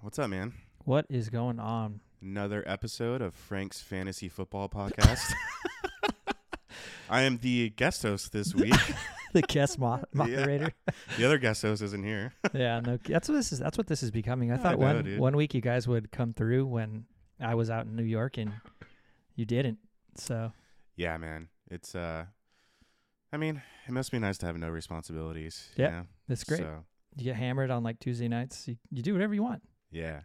What's up, man? What is going on? Another episode of Frank's Fantasy Football Podcast. I am the guest host this week. The guest mo- moderator. the other guest host isn't here. Yeah. no, that's what this is. That's what this is becoming. I I thought know, one dude. one week you guys would come through when I was out in New York and you didn't. So yeah, man. It's uh I mean, it must be nice to have no responsibilities. Yeah, you know? that's great. So, You get hammered on like Tuesday nights. You, you do whatever you want. yeah.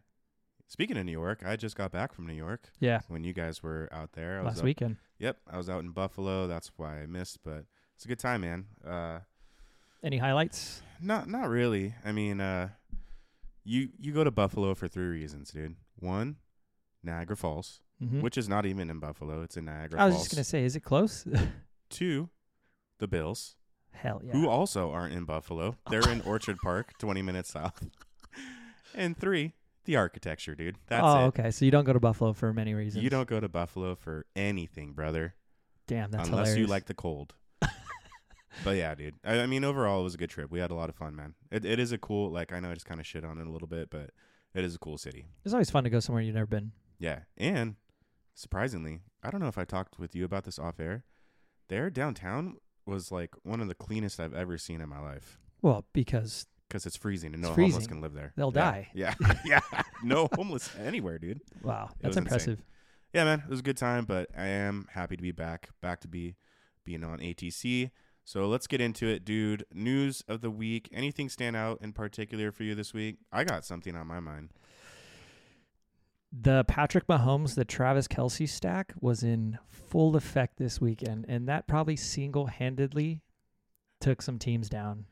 Speaking of New York, I just got back from New York Yeah. when you guys were out there. I was Last up- weekend. Yep, I was out in Buffalo. That's why I missed, but it's a good time, man. Uh Any highlights? Not not really. I mean, uh you you go to Buffalo for three reasons, dude. One, Niagara Falls, Mhm. which is not even in Buffalo, it's in Niagara I was Falls. just gonna say, is it close? Two, the Bills, Hell yeah. who also aren't in Buffalo. They're in Orchard Park, twenty minutes south. and three, the architecture, dude. That's it. oh, okay. So you don't go to Buffalo for many reasons. You don't go to Buffalo for anything, brother. Damn, that's unless hilarious. you like the cold. but yeah, dude. I, I mean, overall, it was a good trip. We had a lot of fun, man. It, it is a cool. Like, I know I just kind of shit on it a little bit, but it is a cool city. It's always fun to go somewhere you've never been. Yeah, and surprisingly, I don't know if I talked with you about this off air. Their downtown was like one of the cleanest I've ever seen in my life Well, because because it's freezing and no It's homeless freezing. can live there. They'll Yeah. die. Yeah, yeah. no homeless anywhere, dude. It wow, was that's insane. impressive. yeah, man, it was a good time, but I am happy to be back, back to be being on ATC. So let's get into it, dude. News of the week. Anything stand out in particular for you this week? I got something on my mind. The Patrick Mahomes, the Travis Kelsey stack was in full effect this weekend, and that probably single handedly took some teams down.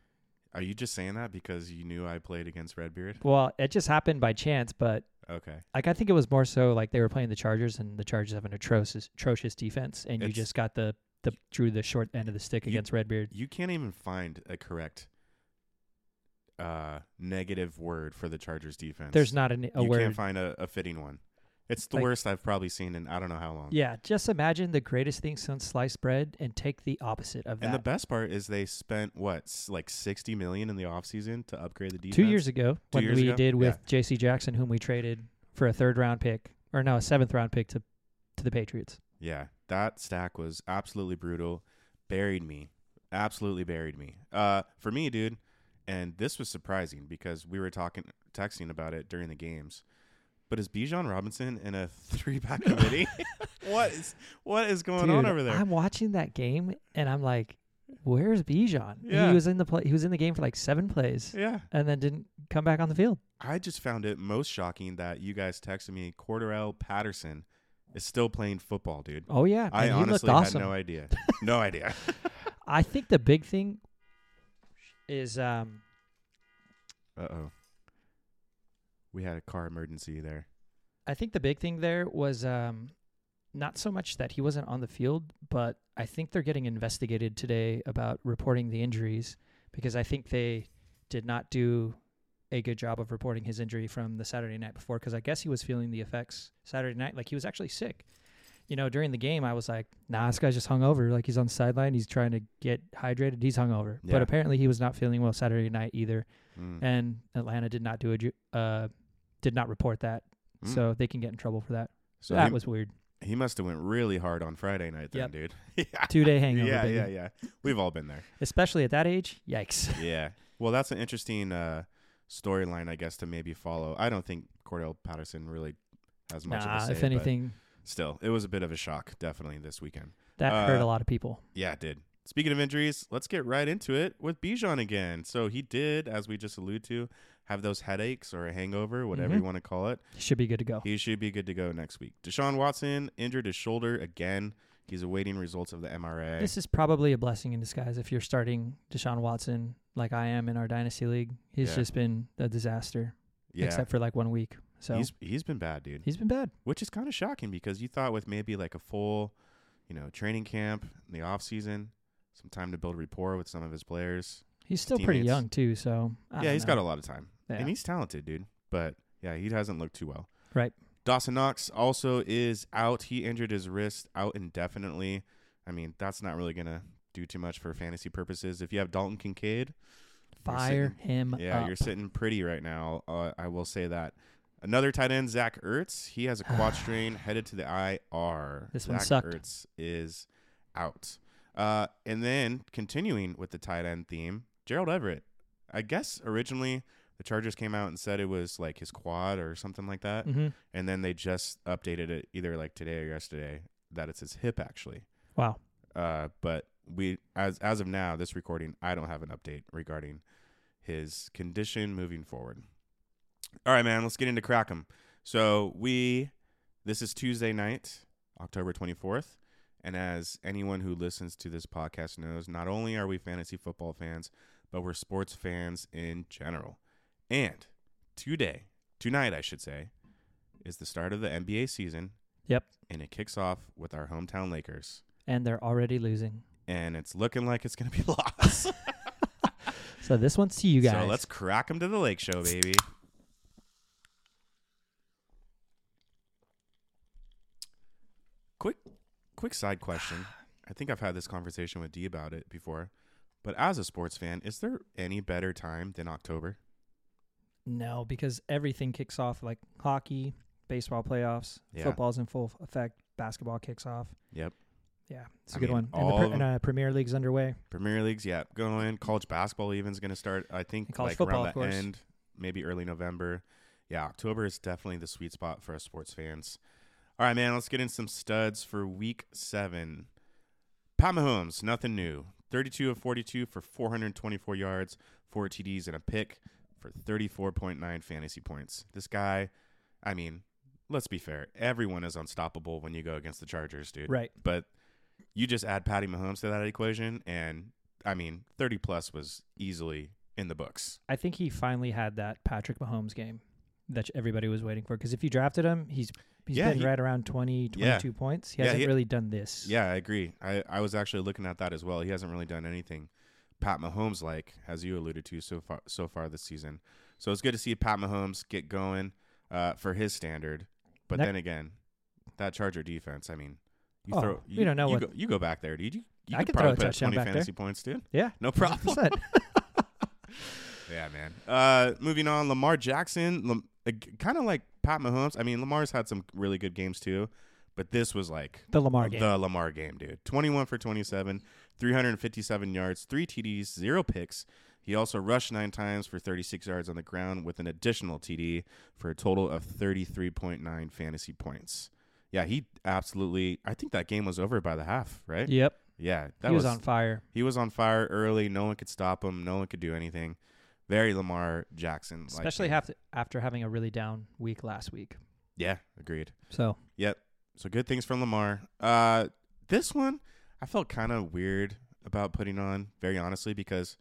Are you just saying that because you knew I played against Redbeard? Well, it just happened by chance, but Okay. like I think it was more so like they were playing the Chargers and the Chargers have an atrocious atrocious defense and you It's- just got the the drew the short end of the stick You- against Redbeard. You can't even find a correct uh negative word for the Chargers defense. There's not an, a you word. can't find a, a fitting one. It's the Like- worst I've probably seen in I don't know how long. yeah, just imagine the greatest thing since sliced bread and take the opposite of And the that. best part is they spent what, s- like sixty million in the offseason to upgrade the defense. Two years ago, when years we ago? did Yeah. with J.C. Jackson, whom we traded for a third round pick, or no, a seventh round pick to to the Patriots. Yeah, that stack was absolutely brutal. Buried me, absolutely buried me. Uh, for me, dude, and this was surprising because we were talking, texting about it during the games. But is Bijan Robinson in a three-back committee? what is what is going on Dude, over there? I'm watching that game and I'm like, "Where's Bijan? Yeah. He was in the play. He was in the game for like seven plays, yeah, and then didn't come back on the field. I just found it most shocking that you guys texted me. Corderell Patterson is still playing football, dude. Oh yeah, man, I he looked honestly awesome. had no idea. No idea. I think the big thing is um, uh oh. We had a car emergency there. I think the big thing there was um, not so much that he wasn't on the field, but I think they're getting investigated today about reporting the injuries because I think they did not do a good job of reporting his injury from the Saturday night before because I guess he was feeling the effects Saturday night. Like he was actually sick. You know, during the game, I was like, nah, this guy's just hungover. Like he's on the sideline. He's trying to get hydrated. He's hungover. Yeah. But apparently he was not feeling well Saturday night either. Mm. And Atlanta did not do a, ju- uh, did not report that. Mm. So they can get in trouble for that. So that he, was weird. he must have went really hard on Friday night then, Yep. dude. yeah. Two day hangover, Yeah, baby. yeah, yeah. We've all been there. especially at that age. Yikes! Yeah. Well, that's an interesting uh, storyline, I guess, to maybe follow. I don't think Cordell Patterson really has much of nah, a say. if but anything, still, it was a bit of a shock, definitely this weekend. that hurt uh, a lot of people. Yeah, it did. Speaking of injuries, let's get right into it with Bijan again. So he did, as we just alluded to, have those headaches or a hangover, whatever you Mhm. want to call it. Should be good to go. He should be good to go next week. Deshaun Watson injured his shoulder again. He's awaiting results of the MRA. This is probably a blessing in disguise if you're starting Deshaun Watson like I am in our dynasty league. He's Yeah. just been a disaster, yeah. except for like one week. So He's he's been bad, dude. he's been bad. Which is kind of shocking because you thought with maybe like a full, you know, training camp in the off season, some time to build rapport with some of his players. He's still pretty Teammates. young too. So I yeah, don't he's know. got a lot of time. Yeah. And he's talented, dude. But yeah, he hasn't looked too well. Right. Dawson Knox also is out. He injured his wrist out indefinitely. I mean, that's not really gonna do too much for fantasy purposes. If you have Dalton Kincaid, fire him yeah, up. you're sitting pretty right now. Uh, I uh, will say that. Another tight end, Zach Ertz. He has a quad strain headed to the IR. This Zach one sucked. Ertz is out. Uh, and then continuing with the tight end theme, Gerald Everett. I guess originally the Chargers came out and said it was like his quad or something like that. hmm And then they just updated it either like today or yesterday that it's his hip actually. Wow. Uh, but we as as of now, this recording, I don't have an update regarding his condition moving forward. All right, man, let's get into Crackham. So we this is Tuesday night, October twenty fourth. And as anyone who listens to this podcast knows, not only are we fantasy football fans, but we're sports fans in general. And today, tonight, I should say, is the start of the NBA season. Yep. And it kicks off with our hometown Lakers And they're already losing. and it's looking like it's going to be lost. So this one's to you guys. So let's crack them to the lake show, baby. Quick, quick side question. I think I've had this conversation with D about it before, but as a sports fan, is there any better time than October? No, because everything kicks off like hockey, baseball playoffs, Yeah. football's in full effect, basketball kicks off. Yep. Yeah, it's a I good mean, one. And, the all pre- of and, uh, Premier League's underway. Premier leagues, yeah, going. College basketball even's going to start. I think And college like football, around of the course. end, maybe early November. Yeah, October is definitely the sweet spot for us sports fans. All right, man, let's get in some studs for Week Seven. Pat Mahomes, nothing new. Thirty-two of forty-two for four hundred twenty-four yards, four TDs and a pick for thirty-four point nine fantasy points. This guy, I mean, let's be fair. Everyone is unstoppable when you go against the Chargers, dude. Right. But you just add Patty Mahomes to that equation, and I mean, 30 plus was easily in the books. I think he finally had that Patrick Mahomes game that everybody was waiting for. Because if you drafted him, he's he's Yeah, been he- right around 20, Yeah. 22 points. He Yeah, hasn't he- really done this. Yeah, I agree. I, I was actually looking at that as well. He hasn't really done anything Pat Mahomes like, as you alluded to so far so far this season. So it's good to see Pat Mahomes get going uh, for his standard. But Ne- then again, that Charger defense. I mean, you Oh, throw. we You, don't know you what- Go, you go back there, dude. You, you I could could throw probably a put up touchdown 20 back there. fantasy points, dude. Yeah. No problem. 100%. Yeah, man. Uh, moving on, Lamar Jackson, Lam- uh, kind of like Pat Mahomes. I mean, Lamar's had some really good games too, but this was like the Lamar game. the Lamar game, dude. 21 for 27, 357 yards, three TDs, zero picks. He also rushed nine times for 36 yards on the ground with an additional TD for a total of 33.9 fantasy points. Yeah, he absolutely. I think that game was over by the half, right? Yeah, yep. that he was, on fire. he was on fire early. No one could stop him. No one could do anything. Very Lamar Jackson, Especially after, after having a really down week last week. Yeah, agreed. So Yep. So good things from Lamar. Uh, this one I felt kind of weird about putting on, very honestly, because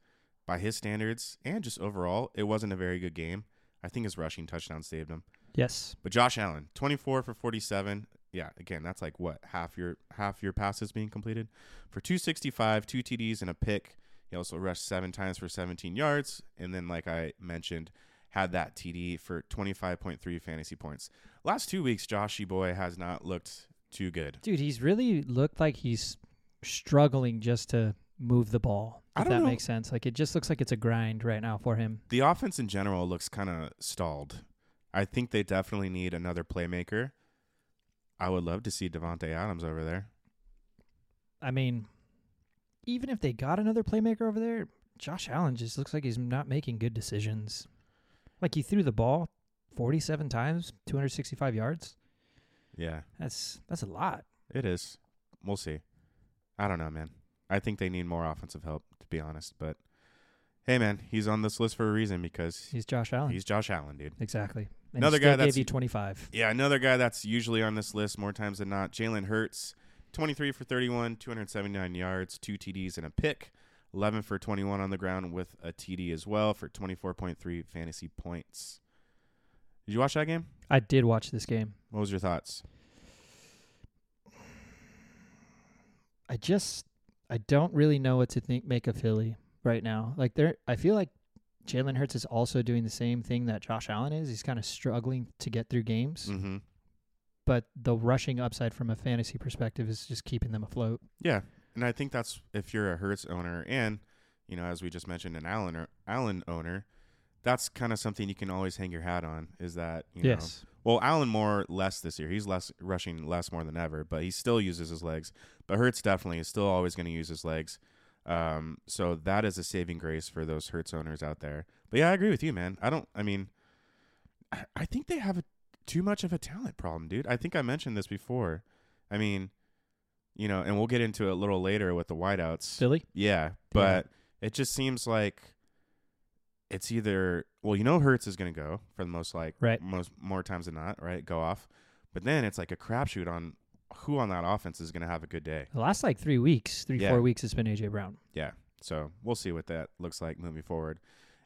by his standards and just overall, it wasn't a very good game. I think his rushing touchdown saved him. yes. But Josh Allen, 24 for 47. Yeah, again, that's like what half your half your passes being completed for 265, two TDs and a pick. He also rushed seven times for 17 yards, and then like I mentioned, had that TD for 25.3 fantasy points. Last two weeks, Joshy boy has not looked too good. Dude, he's really looked like he's struggling just to move the ball. I If don't that know. makes sense. Like it just looks like it's a grind right now for him. The offense in general looks kind of stalled. I think they definitely need another playmaker. I would love to see Devonte Adams over there. I mean, even if they got another playmaker over there, Josh Allen just looks like he's not making good decisions. Like he threw the ball 47 times, 265 yards. Yeah. That's that's a lot. It is. We'll see. I don't know, man. I think they need more offensive help, to be honest. But hey, man, he's on this list for a reason because He's Josh Allen. he's Josh Allen, dude. exactly. And he Another still guy that's- gave you 25. Yeah, another guy that's usually on this list more times than not, Jalen Hurts, 23 for 31, 279 yards, two TDs and a pick, 11 for 21 on the ground with a TD as well for 24.3 fantasy points. Did you watch that game? I did watch this game. What was your thoughts? I just I don't really know what to think make of Philly right now. Like they're I feel like Jalen Hurts is also doing the same thing that Josh Allen is. He's kind of struggling to get through games, Mm-hmm. but the rushing upside from a fantasy perspective is just keeping them afloat. Yeah, and I think that's if you're a Hertz owner, and you know, as we just mentioned, an Allen or Allen owner, that's kind of something you can always hang your hat on is that you know yes. Well, Alan Moore less this year. He's less rushing less more than ever, but he still uses his legs. But Hertz definitely is still always going to use his legs. Um, so that is a saving grace for those Hertz owners out there. But yeah, I agree with you, man. I don't. I mean, I, I think they have a, too much of a talent problem, dude. I think I mentioned this before. I mean, you know, and we'll get into it a little later with the wideouts. Philly. Yeah, but it just seems like it's either well, you know, Hertz is going to go for the most like Right. most more times than not, right? Go off, but then it's like a crapshoot on who on that offense is going to have a good day. The last like three weeks, three Yeah. four weeks, it's been AJ Brown. So we'll see what that looks like moving forward.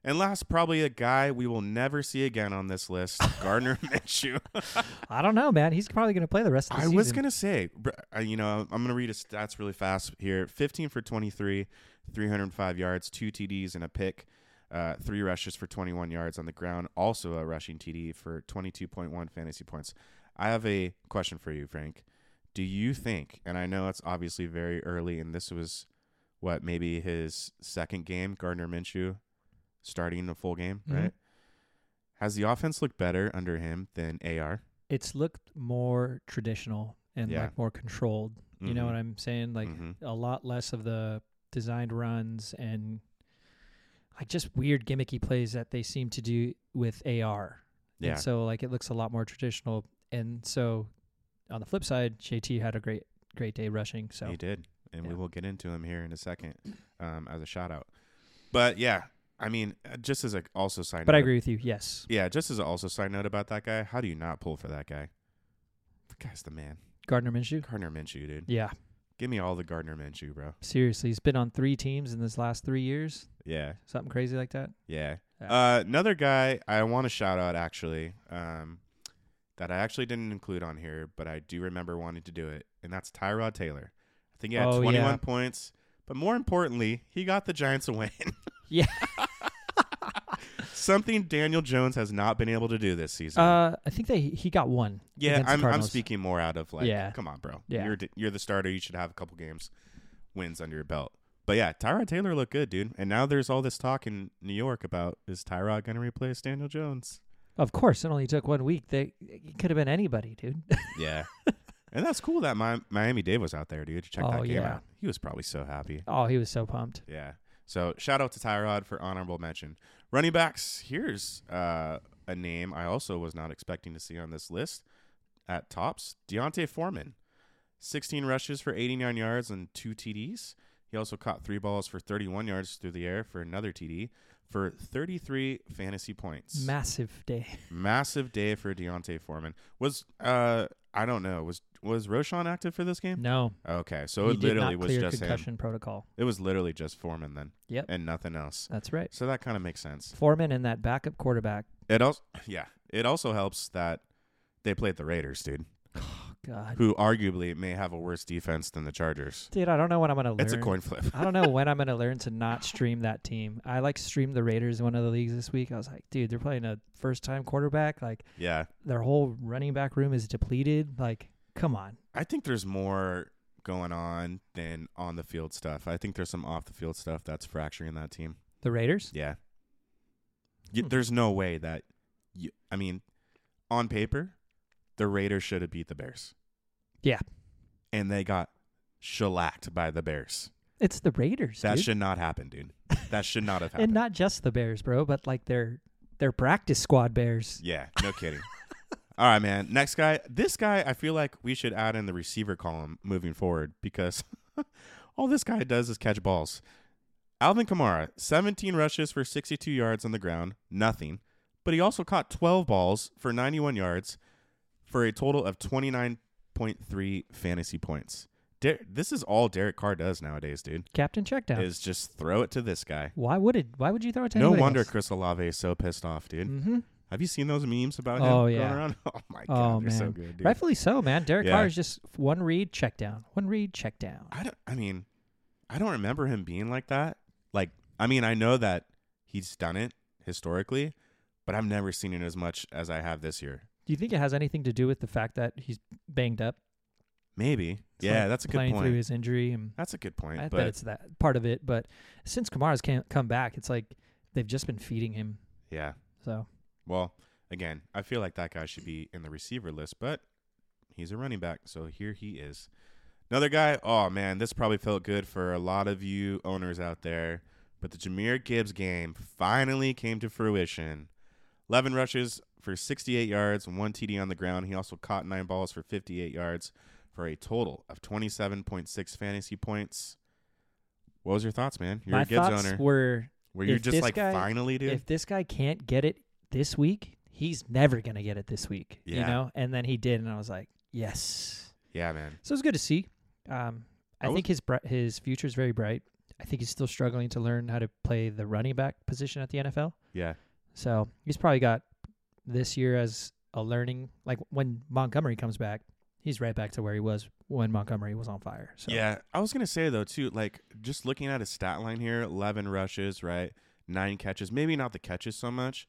And last, probably a guy we will never see again on this list, Gardner Minshew. I don't know, man. He's probably going to play the rest of the I season. was gonna say, br- uh, you know, I'm gonna read his stats really fast here. 15 for 23, 305 yards, two TDs and a pick, uh, three rushes for 21 yards on the ground. Also a rushing TD for 22.1 fantasy points. I have a question for you, Frank. Do you think? And I know it's obviously very early, and this was what maybe his second game, Gardner Minshew, starting the full game, Mhm. right? Has the offense looked better under him than AR? It's looked more traditional and Yeah. like more controlled. You Mm-hmm. know what I'm saying? Like Mhm. a lot less of the designed runs and like just weird gimmicky plays that they seem to do with AR. Yeah. And so like it looks a lot more traditional. And so on the flip side, JT had a great great day rushing. So He did, and we Yeah. will get into him here in a second um, as a shout out. But yeah, I mean, uh, just as a also side, but I note- agree with you. Yes. Yeah, just as a also side note about that guy, how do you not pull for that guy? The guy's the man, Gardner Minshew? Gardner Minshew, dude. Yeah. Give me all the Gardner Minshew, bro. Seriously, he's been on 3 teams in this last 3 years. Yeah, Something crazy like that. yeah. Yeah. Uh, another guy I want to shout out actually, um, that I actually didn't include on here, but I do remember wanting to do it, and that's Tyrod Taylor. I think he had Oh, 21 yeah. points, but more importantly, he got the Giants away. Yeah. Something Daniel Jones has not been able to do this season. Uh, I think they he got one. yeah, against the I'm, I'm Cardinals. speaking more out of like, Yeah. come on, bro. Yeah. You're, d- you're the starter. You should have a couple games wins under your belt. But yeah, Tyrod Taylor looked good, dude. And now there's all this talk in New York about is Tyrod going to replace Daniel Jones? Of course, it only took one week. They it could have been anybody, dude. Yeah. and that's cool that Mi- Miami Dave was out there, dude. Check that Oh, game yeah. out. He was probably so happy. oh, he was so pumped. Yeah. So shout out to Tyrod for honorable mention. Running backs. Here's uh, a name I also was not expecting to see on this list at tops. Deontay Foreman, 16 rushes for 89 yards and two TDs. He also caught three balls for 31 yards through the air for another TD for 33 fantasy points. Massive day. Massive day for Deontay Foreman. Was uh, I don't know. Was was Roshan active for this game? No, Okay, so Mm. he it literally did not was clear just him. concussion protocol. It was literally just Foreman then. Yep. And nothing else. That's right. So that kind of makes sense. Foreman and that backup quarterback. It also yeah, it also helps that they played the Raiders, dude, Oh God, who arguably may have a worse defense than the Chargers. dude, I don't know when I'm gonna learn. It's a coin flip. I don't know when I'm gonna learn to not stream that team. I like streamed the Raiders in one of the leagues this week. I was like, dude, they're playing a first time quarterback. Like Yeah. their whole running back room is depleted. Like, come on. I think there's more going on than on the field stuff. I think there's some off the field stuff that's fracturing that team. The Raiders? Yeah. You, Hmm. There's no way that you, I mean, on paper, the Raiders should have beat the Bears. Yeah. And they got shellacked by the Bears. It's the Raiders. That dude. should not happen, dude. That should not have happened. and not just the Bears, bro, but like their their practice squad Bears. yeah, no kidding. All right, man. Next guy. This guy, I feel like we should add in the receiver column moving forward because all this guy does is catch balls. Alvin Kamara, 17 rushes for 62 yards on the ground, nothing. But he also caught 12 balls for 91 yards for a total of 29.3 fantasy points. Der- this is all Derek Carr does nowadays, dude, Captain Checkdown. is just throw it to this guy. why would it? Why would you throw it to No wonder Chris Olave is so pissed off, dude. Mm-hmm. Have you seen those memes about him Oh, going yeah. around? Oh my god, Oh they're man, so good, dude. rightfully so, man. Derek Yeah. Carr is just one read, check down. One read, check down. I don't. I mean, I don't remember him being like that. Like, I mean, I know that he's done it historically, but I've never seen it as much as I have this year. Do you think it has anything to do with the fact that he's banged up? Maybe. It's yeah, like that's a good playing point. through his injury, and that's a good point. I but bet it's that part of it. But since Kamara's can't come back, it's like they've just been feeding him. Yeah. So Well, again, I feel like that guy should be in the receiver list, but he's a running back, so here he is. Another guy, oh man, this probably felt good for a lot of you owners out there, but the Jameer Gibbs game finally came to fruition. 11 rushes for 68 yards, one TD on the ground. He also caught nine balls for 58 yards for a total of 27.6 fantasy points. What was your thoughts, man? You're my a Gibbs thoughts owner. were Were you if just this like, guy- finally, dude? if this guy can't get it this week, he's never gonna get it this week. You Yeah. know? And then he did, and I was like, yes. yeah, man. So it's good to see. Um, I, I was- think his bri- his future is very bright. I think he's still struggling to learn how to play the running back position at the NFL. Yeah. So he's probably got this year as a learning. Like when Montgomery comes back, he's right back to where he was when Montgomery was on fire. So Yeah, I was gonna say though too, like just looking at his stat line here, eleven rushes, right, nine catches. Maybe not the catches so much,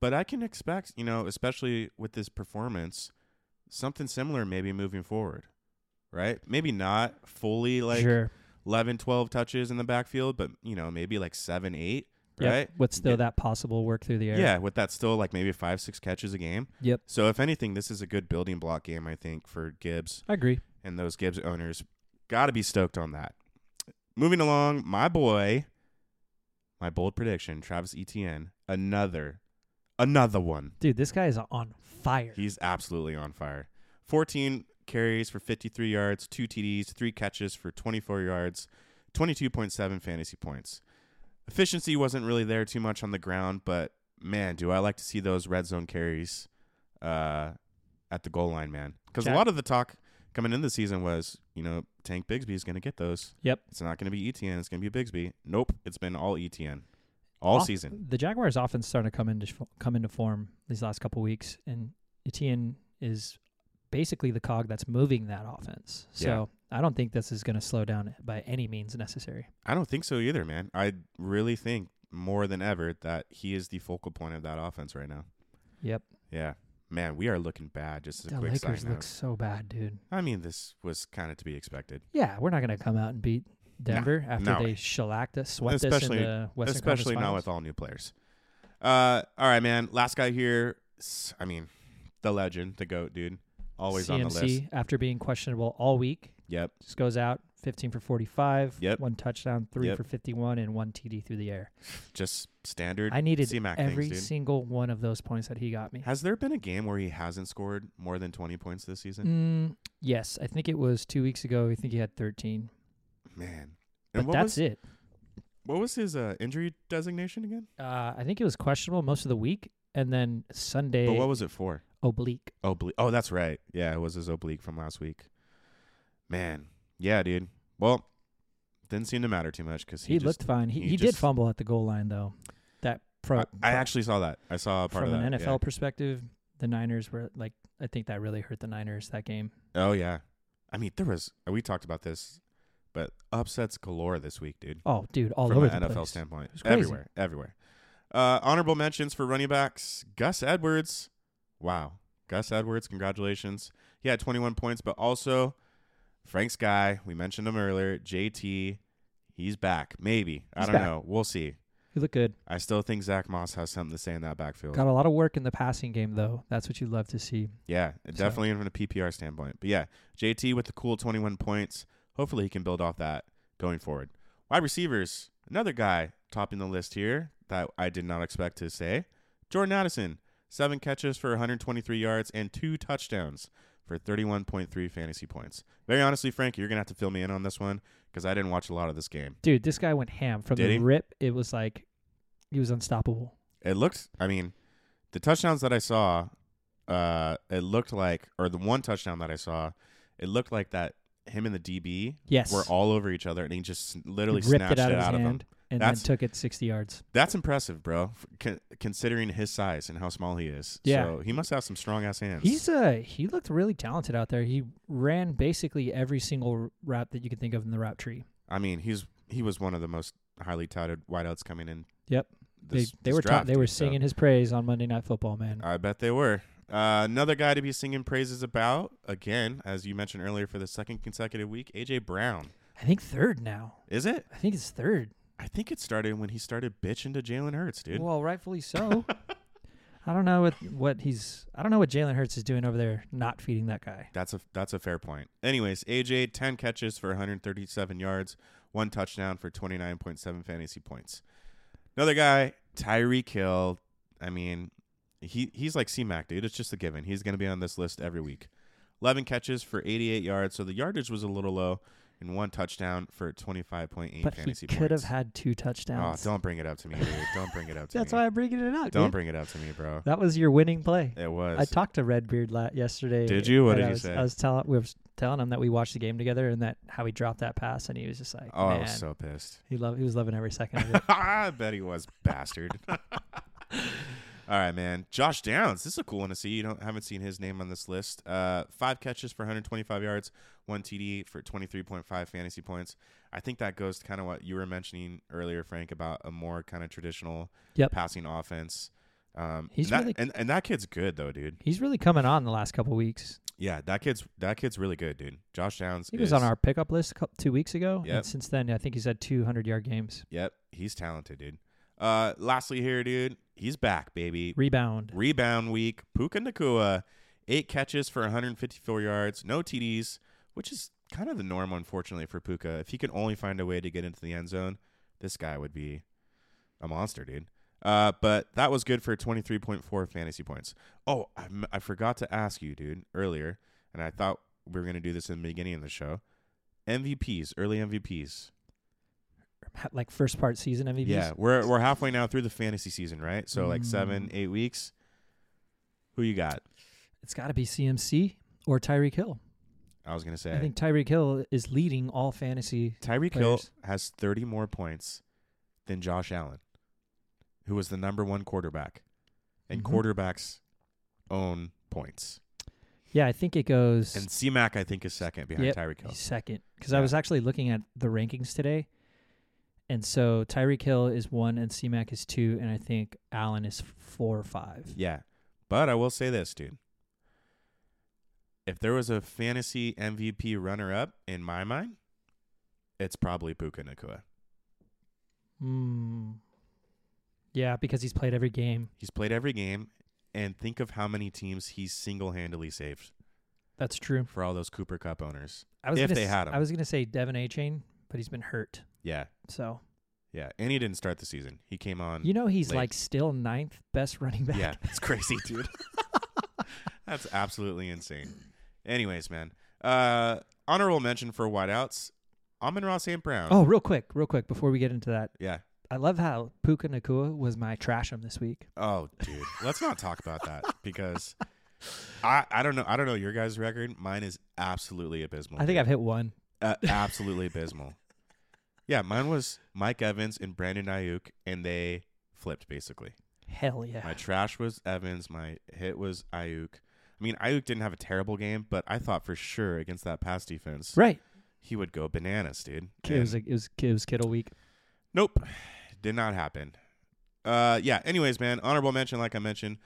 but I can expect, you know, especially with this performance, something similar maybe moving forward, right? Maybe not fully like sure. eleven, twelve 11, 12 touches in the backfield, but you know, maybe like seven, eight, Yep. right? But still, Yeah. that possible work through the air. Yeah, with that still like maybe five, six catches a game. Yep. So if anything, this is a good building block game, I think, for Gibbs I agree. and those Gibbs owners got to be stoked on that. Moving along, my boy, my bold prediction, Travis Etienne, another, another one. Dude, this guy is on fire. He's absolutely on fire. 14 carries for 53 yards, two TDs, three catches for 24 yards, 22.7 fantasy points. Efficiency wasn't really there too much on the ground, but man, do I like to see those red zone carries uh, at the goal line, man. Because a Jack- lot of the talk coming in the season was, you know, Tank Bigsby is going to get those. Yep. It's not going to be ETN. It's going to be Bigsby. Nope. It's been all ETN all Off- season. The Jaguars' offense starting to come into sh- come into form these last couple weeks, and Etienne is basically the cog that's moving that offense. So Yeah. I don't think this is going to slow down by any means necessary. I don't think so either, man. I really think more than ever that he is the focal point of that offense right now. Yep, Yeah. Man, we are looking bad. Just as a the quick Lakers side look note. so bad, dude. I mean, this was kind of to be expected, Yeah, we're not going to come out and beat Denver after no they way. shellacked us, swept Especially- us in the Western especially Conference not Finals. with all new players. Uh, all right, man. Last guy here. s- I mean, the legend, the goat, dude. Always on the CMC list. after being questionable all week. Yep. Just goes out 15 for 45, Yep. one touchdown, three Yep. for 51, and one TD through the air. Just standard. I needed C-Mac things, every dude. single one of those points that he got me. Has there been a game where he hasn't scored more than twenty points this season? Mm, yes, I think it was two weeks ago. I think he had 13. Man. Mm. But And what that's was it. what was his uh, injury designation again? Uh, I think it was questionable most of the week, and then Sunday But what was it for? oblique. Oblique. Oh, that's right. Yeah, it was his oblique from last week. Man, yeah, dude. Well, didn't seem to matter too much because He, he, just, looked fine. He, he he, did just- fumble at the goal line though. That pro, I, I pro- actually saw that. I saw a part from of that. an NFL yeah. perspective, the Niners were like I think that really hurt the Niners that game. Oh yeah. I mean, there was. We talked about this, but upsets galore this week, dude. Oh, dude, all from over an the NFL place. standpoint, was crazy. everywhere, everywhere. Uh, honorable mentions for running backs: Gus Edwards. Wow, Gus Edwards, congratulations. He had 21 points, but also Frank's guy. We mentioned him earlier. JT, he's back. Maybe I He's don't back. know. We'll see. He looked good. I still think Zach Moss has something to say in that backfield. Got a lot of work in the passing game though. That's what you love to see. Yeah, definitely from a PPR standpoint. But yeah, JT with the cool 21 points. Hopefully he can build off that going forward. Wide receivers, another guy topping the list here that I did not expect to say. Jordan Addison, seven catches for 123 yards and two touchdowns for 31.3 fantasy points. Very honestly, Frank, you're going to have to fill me in on this one because I didn't watch a lot of this game. Dude, this guy went ham from Did the he? rip. It was like he was unstoppable. It looked, I mean, the touchdowns that I saw, uh, it looked like, or the one touchdown that I saw, it looked like that him and the DB Yes. were all over each other, and he just s- literally He snatched it out, his of him. hand and That's- then took it 60 yards. That's impressive, bro, f- con- considering his size and how small he is. Yeah. So he must have some strong ass hands. He's uh he looked really talented out there. He ran basically every single route that you could think of in the route tree. I mean, he's he was one of the most highly touted wideouts coming in. Yep. This, they they this were ta- draft, they were dude, so- singing his praise on Monday Night Football, man. I bet they were. Uh, another guy to be singing praises about again, as you mentioned earlier, for the second consecutive week, AJ Brown. I think third now. Is it? I think it's third. I think it started when he started bitching to Jalen Hurts, dude. Well, rightfully so. I don't know what what he's. I don't know what Jalen Hurts is doing over there, not feeding that guy. That's a that's a fair point. Anyways, AJ ten catches for 137 yards, one touchdown for 29.7 fantasy points. Another guy, Tyreek Hill. I mean, he he's like C-Mac, dude. It's just a given. He's going to be on this list every week. 11 catches for 88 yards, so the yardage was a little low, and one touchdown for 25.8 but he fantasy could have points. had two oh, touchdowns. don't bring it up to me, dude. Don't bring it up to That's me. why I'm bringing it up. don't dude. bring it up to me, bro. that was your winning play. It was. I talked to Redbeard la- yesterday. Did you? What and did I you was, say? I was telling we was telling him that we watched the game together and that how he dropped that pass, and he was just like, oh, I "Man, was so pissed. he loved he was loving every second of it." I bet he was, bastard. All right, man. Josh Downs. This is a cool one to see. You don't haven't seen his name on this list. Uh, five catches for 125 yards, one TD for 23.5 fantasy points. I think that goes to kind of what you were mentioning earlier, Frank, about a more kind of traditional Yep. passing offense. Um, He's and that, really- and, and that kid's good though, dude. He's really coming on the last couple weeks. Yeah, that kid's that kid's really good, dude. Josh Downs. He was is- on our pickup list a cou- two weeks ago, Yep. and since then, I think he's had 200 yard games. Yep, he's talented, dude. Uh, lastly, here, dude, he's back, baby. Rebound. Rebound week, Puka Nakua, eight catches for 154 yards, no TDs, which is kind of the norm, unfortunately, for Puka. If he could only find a way to get into the end zone, this guy would be a monster, dude. Uh, but that was good for 23.4 fantasy points. Oh, I, m- I forgot to ask you, dude, earlier, and I thought we were going to do this in the beginning of the show. MVPs, early MVPs. ha- like first part season MVPs. Yeah, we're we're halfway now through the fantasy season, right? So like seven, Mm. eight weeks. Who you got? It's got to be CMC or Tyreek Hill. I was gonna say I think Tyreek Hill is leading all fantasy. Tyreek Hill players. has 30 more points than Josh Allen, who was the number one quarterback, and Mhm. quarterbacks own points. Yeah, I think it goes And C Mac, I think, is second behind Yep, Tyreek Hill. he's second because Yeah. I was actually looking at the rankings today, and so Tyreek Hill is one and C-Mac is two, and I think Allen is four or five. Yeah, but I will say this, dude. If there was a fantasy MVP runner-up in my mind, it's probably Puka Nakua. Hmm. Yeah, because he's played every game. He's played every game, and think of how many teams he single-handedly saved That's true. for all those Cooper Cup owners. I was If gonna they s- had him. I was gonna say Devin A. Chain, but he's been hurt. Yeah, So yeah, and he didn't start the season. He came on. you know he's Um, late. like still ninth best running back. Yeah, it's crazy, dude. That's absolutely insane. Anyways, man. Uh honorable mention for wideouts. Amon Ross St. Brown. Oh, real quick, real quick before we get into that, Yeah. I love how Puka Nakua was my trash him this week. Oh, dude. Let's not talk about that because I, I don't know I don't know your guys' record. Mine is absolutely abysmal. I think I've dude. hit one. uh, absolutely abysmal. Yeah, mine was Mike Evans and Brandon Ayuk, and they flipped basically. Hell yeah. My trash was Evans. My hit was Ayuk. I mean, Ayuk didn't have a terrible game, but I thought for sure against that pass defense, Right. he would go bananas, dude. It was, And like, it was it was Kittle week. nope, did not happen. Uh, yeah. Anyways, man, honorable mention, like I mentioned,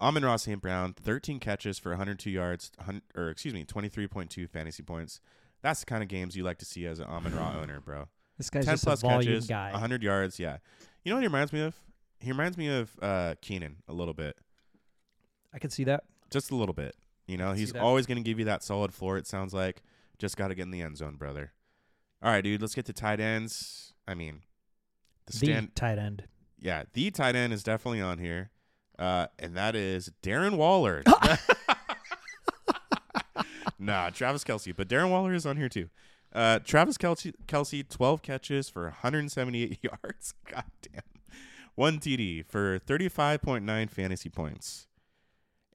Amon Ross St. Brown, 13 catches for 102 yards, 100, or excuse me, 23.2 fantasy points. That's the kind of games you like to see as an Amon Ra owner, bro. This guy's 10 just a plus volume catches, guy. 100 yards. Yeah. You know what he reminds me of? He reminds me of uh, Keenan a little bit. I can see that. just a little bit. You know, can he's see that. always going to give you that solid floor. It sounds like just got to get in the end zone, brother. All right, dude. Let's get to tight ends. I mean, the The stand. tight end. yeah, the tight end is definitely on here, uh, and that is Darren Waller. nah, Travis Kelsey, but Darren Waller is on here too. Uh, Travis Kelsey, Kelsey, twelve catches for 178 yards. God damn, one TD for 35.9 fantasy points,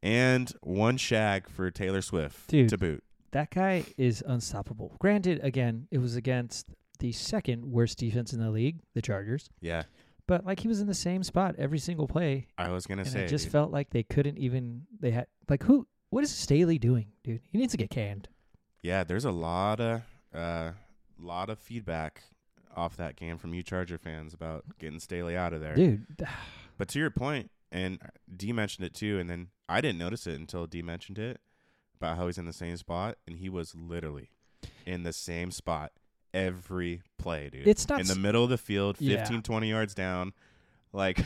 and one shag for Taylor Swift Dude. to boot. That guy is unstoppable. Granted, again, it was against the second worst defense in the league, the Chargers. Yeah, But like he was in the same spot every single play, I was gonna and say. I just dude. felt like they couldn't even. They had like who? What is Staley doing, dude? He needs to get canned. Yeah, there's a lot of uh, lot of feedback off that game from you Charger fans about getting Staley out of there. Dude, But to your point, and D mentioned it too, and then I didn't notice it until D mentioned it about how he's in the same spot, and he was literally in the same spot every play, dude. It's not in the s- middle of the field, Yeah. 15, 20 yards down. Like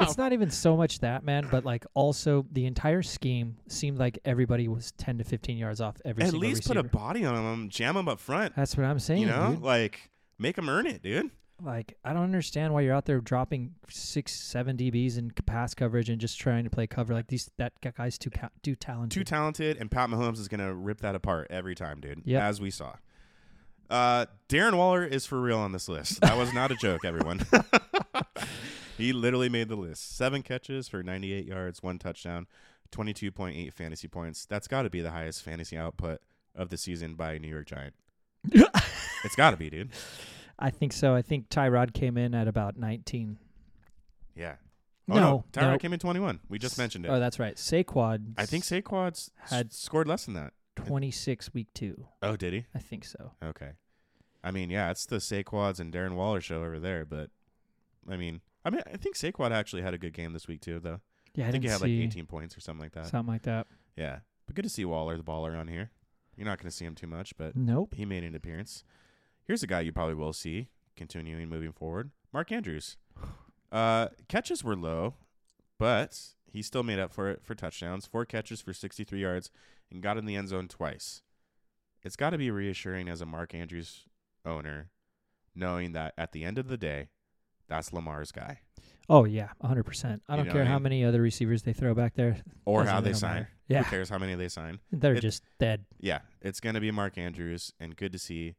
it's not even so much that, man, but like also the entire scheme seemed like everybody was 10 to 15 yards off every At single least receiver. put a body on him, jam him up front. That's what I'm saying. you know, dude. like make him earn it, dude. Like, I don't understand why you're out there dropping six, seven DBs in c- pass coverage and just trying to play cover. Like these, that g- guy's too ca- too talented. Too talented, and Pat Mahomes is gonna rip that apart every time, dude. Yep. as we saw. Uh, Darren Waller is for real on this list. That was not a joke, everyone. he literally made the list. Seven catches for 98 yards, one touchdown, 22.8 fantasy points. That's got to be the highest fantasy output of the season by a New York Giant. it's got to be, dude. I think so. I think Tyrod came in at about 19. Yeah. Oh, no, Tyrod no. came in 21. We just mentioned it. Oh, that's right. Saquad. I think Saquon's had Had- scored less than that. 26 week two. Oh, did he? I think so. Okay. I mean, yeah, it's the Saquads and Darren Waller show over there, but I mean, I mean, I think Saquad actually had a good game this week too, though. Yeah, I, I, think he didn't had like see 18 points or something like that. something like that. yeah, but good to see Waller, the baller, on here. You're not going to see him too much, but Nope. he made an appearance. Here's a guy you probably will see continuing moving forward: Mark Andrews. Uh, catches were low, but he still made up for it for touchdowns. Four catches for 63 yards, and got in the end zone twice. It's got to be reassuring as a Mark Andrews owner, knowing that at the end of the day, that's Lamar's guy, Oh yeah, 100. percent I You don't know care what I how mean? many other receivers they throw back there. or Doesn't how they really sign. matter. Who Yeah, cares how many they sign? they're It- just dead. Yeah, it's gonna be Mark Andrews, and good to see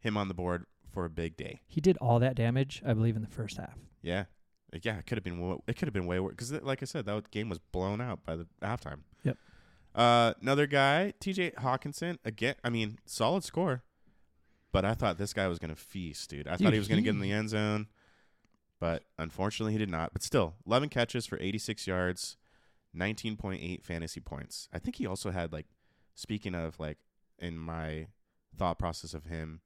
him on the board for a big day. He did all that damage, I believe, in the first half. Yeah, Like, yeah. It could have been wo- it could have been way worse because, like I said, that game was blown out by the halftime. Yep. Uh, another guy, T.J. Hawkinson. Again, I mean, solid score, but I thought this guy was gonna feast, dude. I thought Dude, he was gonna get in he- the end zone, but unfortunately, he did not. But still, 11 catches for 86 yards, 19.8 fantasy points. I think he also had like, speaking of like, in my thought process of him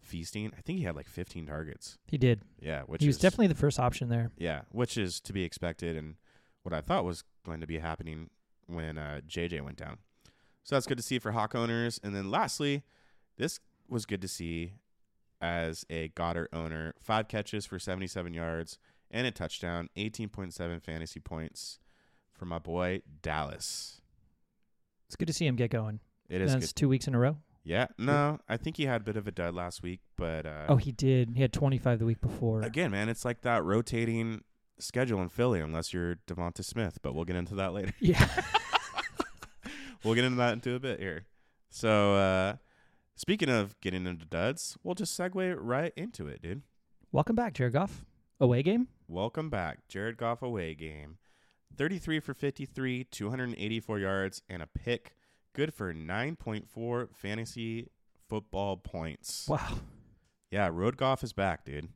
feasting, I think he had like 15 targets. He did. Yeah, which he was is, definitely the first option there. yeah, which is to be expected and what I thought was going to be happening when uh, JJ went down. So that's good to see for Hawk owners. And then lastly, this was good to see as a Goddard owner. Five catches for 77 yards and a touchdown, 18.7 fantasy points for my boy Dallas. It's good to see him get going. It is That's good. two weeks in a row. Yeah, no, I think he had a bit of a dud last week, but uh, Oh, he did. He had 25 the week before. again, man, it's like that rotating schedule in Philly, unless you're Devonta Smith, but we'll get into that later. Yeah. we'll get into that into a bit here. So, uh, speaking of getting into duds, we'll just segue right into it, dude. Welcome back, Jared Goff. Away game. Welcome back, Jared Goff away game. 33 for 53, 284 yards, and a pick. Good for 9.4 fantasy football points. Wow. Yeah, Road Goff is back, dude.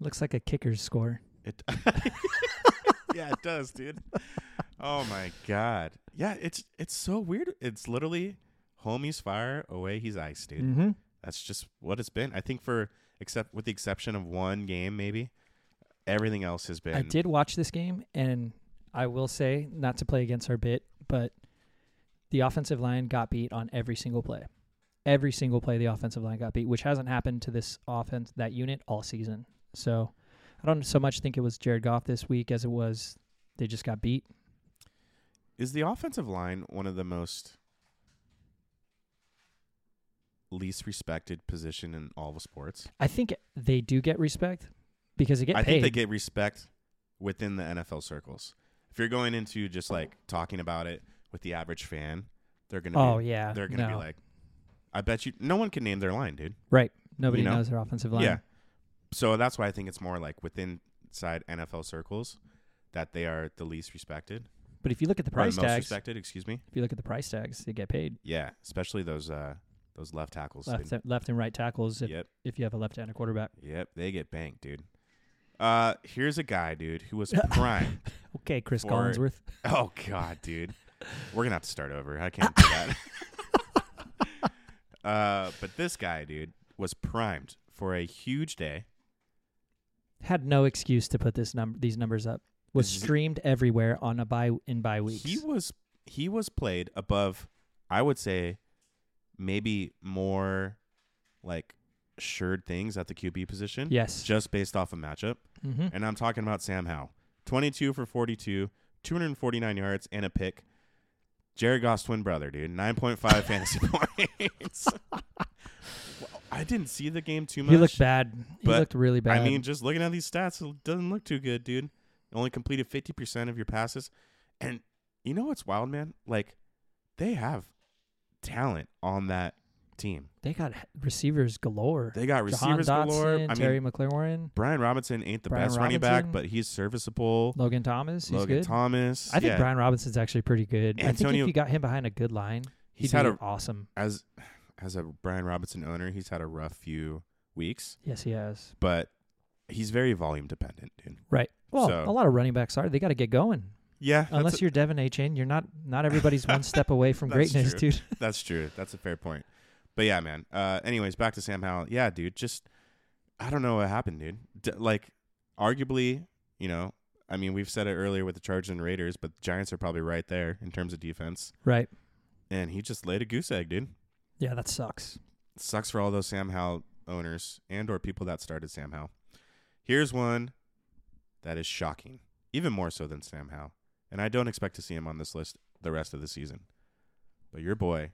Looks like a kicker's score. It Yeah, it does, dude. Oh my god. Yeah, it's it's so weird. It's literally homie's fire, away he's ice, dude. Mm-hmm. That's just what it's been. I think for except with the exception of one game maybe, everything else has been I did watch this game, and I will say, not to play against our bit, but the offensive line got beat on every single play. Every single play, the offensive line got beat, which hasn't happened to this offense, that unit, all season. So I don't so much think it was Jared Goff this week as it was they just got beat. Is the offensive line one of the most least respected position in all of sports? I think they do get respect because they get I paid. think they get respect within the NFL circles. If you're going into just like talking about it with the average fan, they're gonna oh be, yeah, they're gonna no. be like, I bet you no one can name their line, dude. right. Nobody you know? knows their offensive line. Yeah. So that's why I think it's more like within inside NFL circles that they are the least respected. But if you look at the or the price most tags, respected, excuse me. if you look at the price tags, they get paid Yeah. Especially those uh those left tackles. left, dude. left and right tackles if, Yep. if you have a left handed quarterback. Yep, they get banked, dude. Uh, here's a guy, dude, who was prime. Okay, Chris For- Collinsworth. oh God, dude, we're gonna have to start over. I can't do that. uh, but this guy, dude, was primed for a huge day. had no excuse to put this number these numbers up. Was Z- streamed everywhere on a bye in bye weeks. He was he was played above, I would say, maybe more like assured things at the QB position. yes. Just based off a matchup, hmm and I'm talking about Sam Howe. 22 for 42, 249 yards, and a pick. Jared Goff's twin brother, dude. 9.5 fantasy points. Well, I didn't see the game too much. He looked bad. He but, looked really bad. I mean, just looking at these stats, it doesn't look too good, dude. Only completed 50% of your passes. And you know what's wild, man? Like, they have talent on that team. they got h- receivers galore. They got Jahan receivers Dotson, galore. I mean, Terry McLaurin, Brian Robinson ain't the Brian best running back, Robinson. but he's serviceable. Logan Thomas. He's Logan good. Thomas. I think yeah, Brian Robinson's actually pretty good. I think Antonio- if you got him behind a good line, he'd he's be had a awesome. as as a Brian Robinson owner, he's had a rough few weeks, Yes, he has. but he's very volume dependent, dude. Right. Well, So- a lot of running backs are. They got to get going. Yeah, that's Unless you're Devin A. Chain, you're not. Not everybody's one step away from That's greatness, true. dude. That's true. That's a fair point. But yeah, man. Uh, anyways, back to Sam Howell. Yeah, dude. Just I don't know what happened, dude. D- like, arguably, you know, I mean, we've said it earlier with the Chargers and Raiders, but the Giants are probably right there in terms of defense. Right. And he just laid a goose egg, dude. Yeah, that sucks. Sucks for all those Sam Howell owners and or people that started Sam Howell. Here's one that is shocking, even more so than Sam Howell. And I don't expect to see him on this list the rest of the season. But your boy,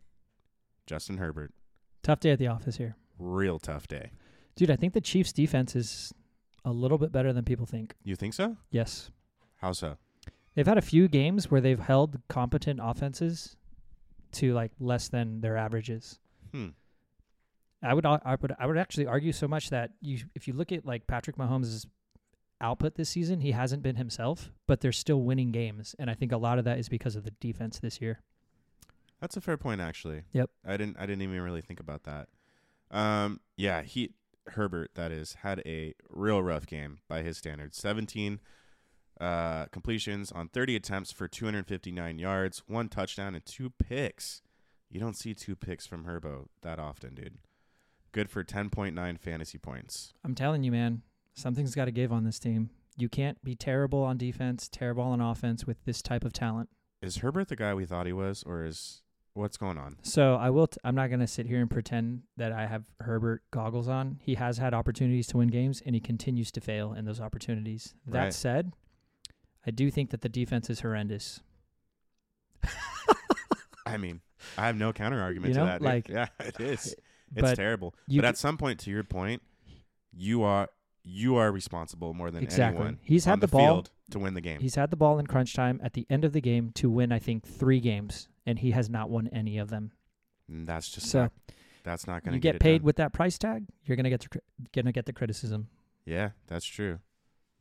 Justin Herbert, Tough day at the office here, real tough day. dude. I think the Chiefs' defense is a little bit better than people think. You think so? Yes, How so? they've had a few games where they've held competent offenses to like less than their averages. Hmm. I would I would I would actually argue so much that you if you look at like Patrick Mahomes' output this season, he hasn't been himself, but they're still winning games, and I think a lot of that is because of the defense this year. That's a fair point actually. Yep. I didn't I didn't even really think about that. Um yeah, he Herbert that is had a real rough game by his standards. 17 uh completions on 30 attempts for 259 yards, one touchdown and two picks. You don't see two picks from Herbo that often, dude. Good for 10.9 fantasy points. I'm telling you, man, something's got to give on this team. You can't be terrible on defense, terrible on offense with this type of talent. Is Herbert the guy we thought he was or is what's going on? So I will. T- I'm not going to sit here and pretend that I have Herbert goggles on. He has had opportunities to win games, and he continues to fail in those opportunities. That Right. said, I do think that the defense is horrendous. I mean, I have no counter argument You to know, that. dude. like- yeah, it is. It's but terrible. you but at some point, to your point, you are you are responsible more than Exactly. anyone. He's on had the, the ball. field to win the game. he's had the ball in crunch time at the end of the game to win. I think three games, and he has not won any of them. And that's just so not, that's not going to you get paid It done. with that price tag, you're going to get the cri- gonna get the criticism. yeah, that's true.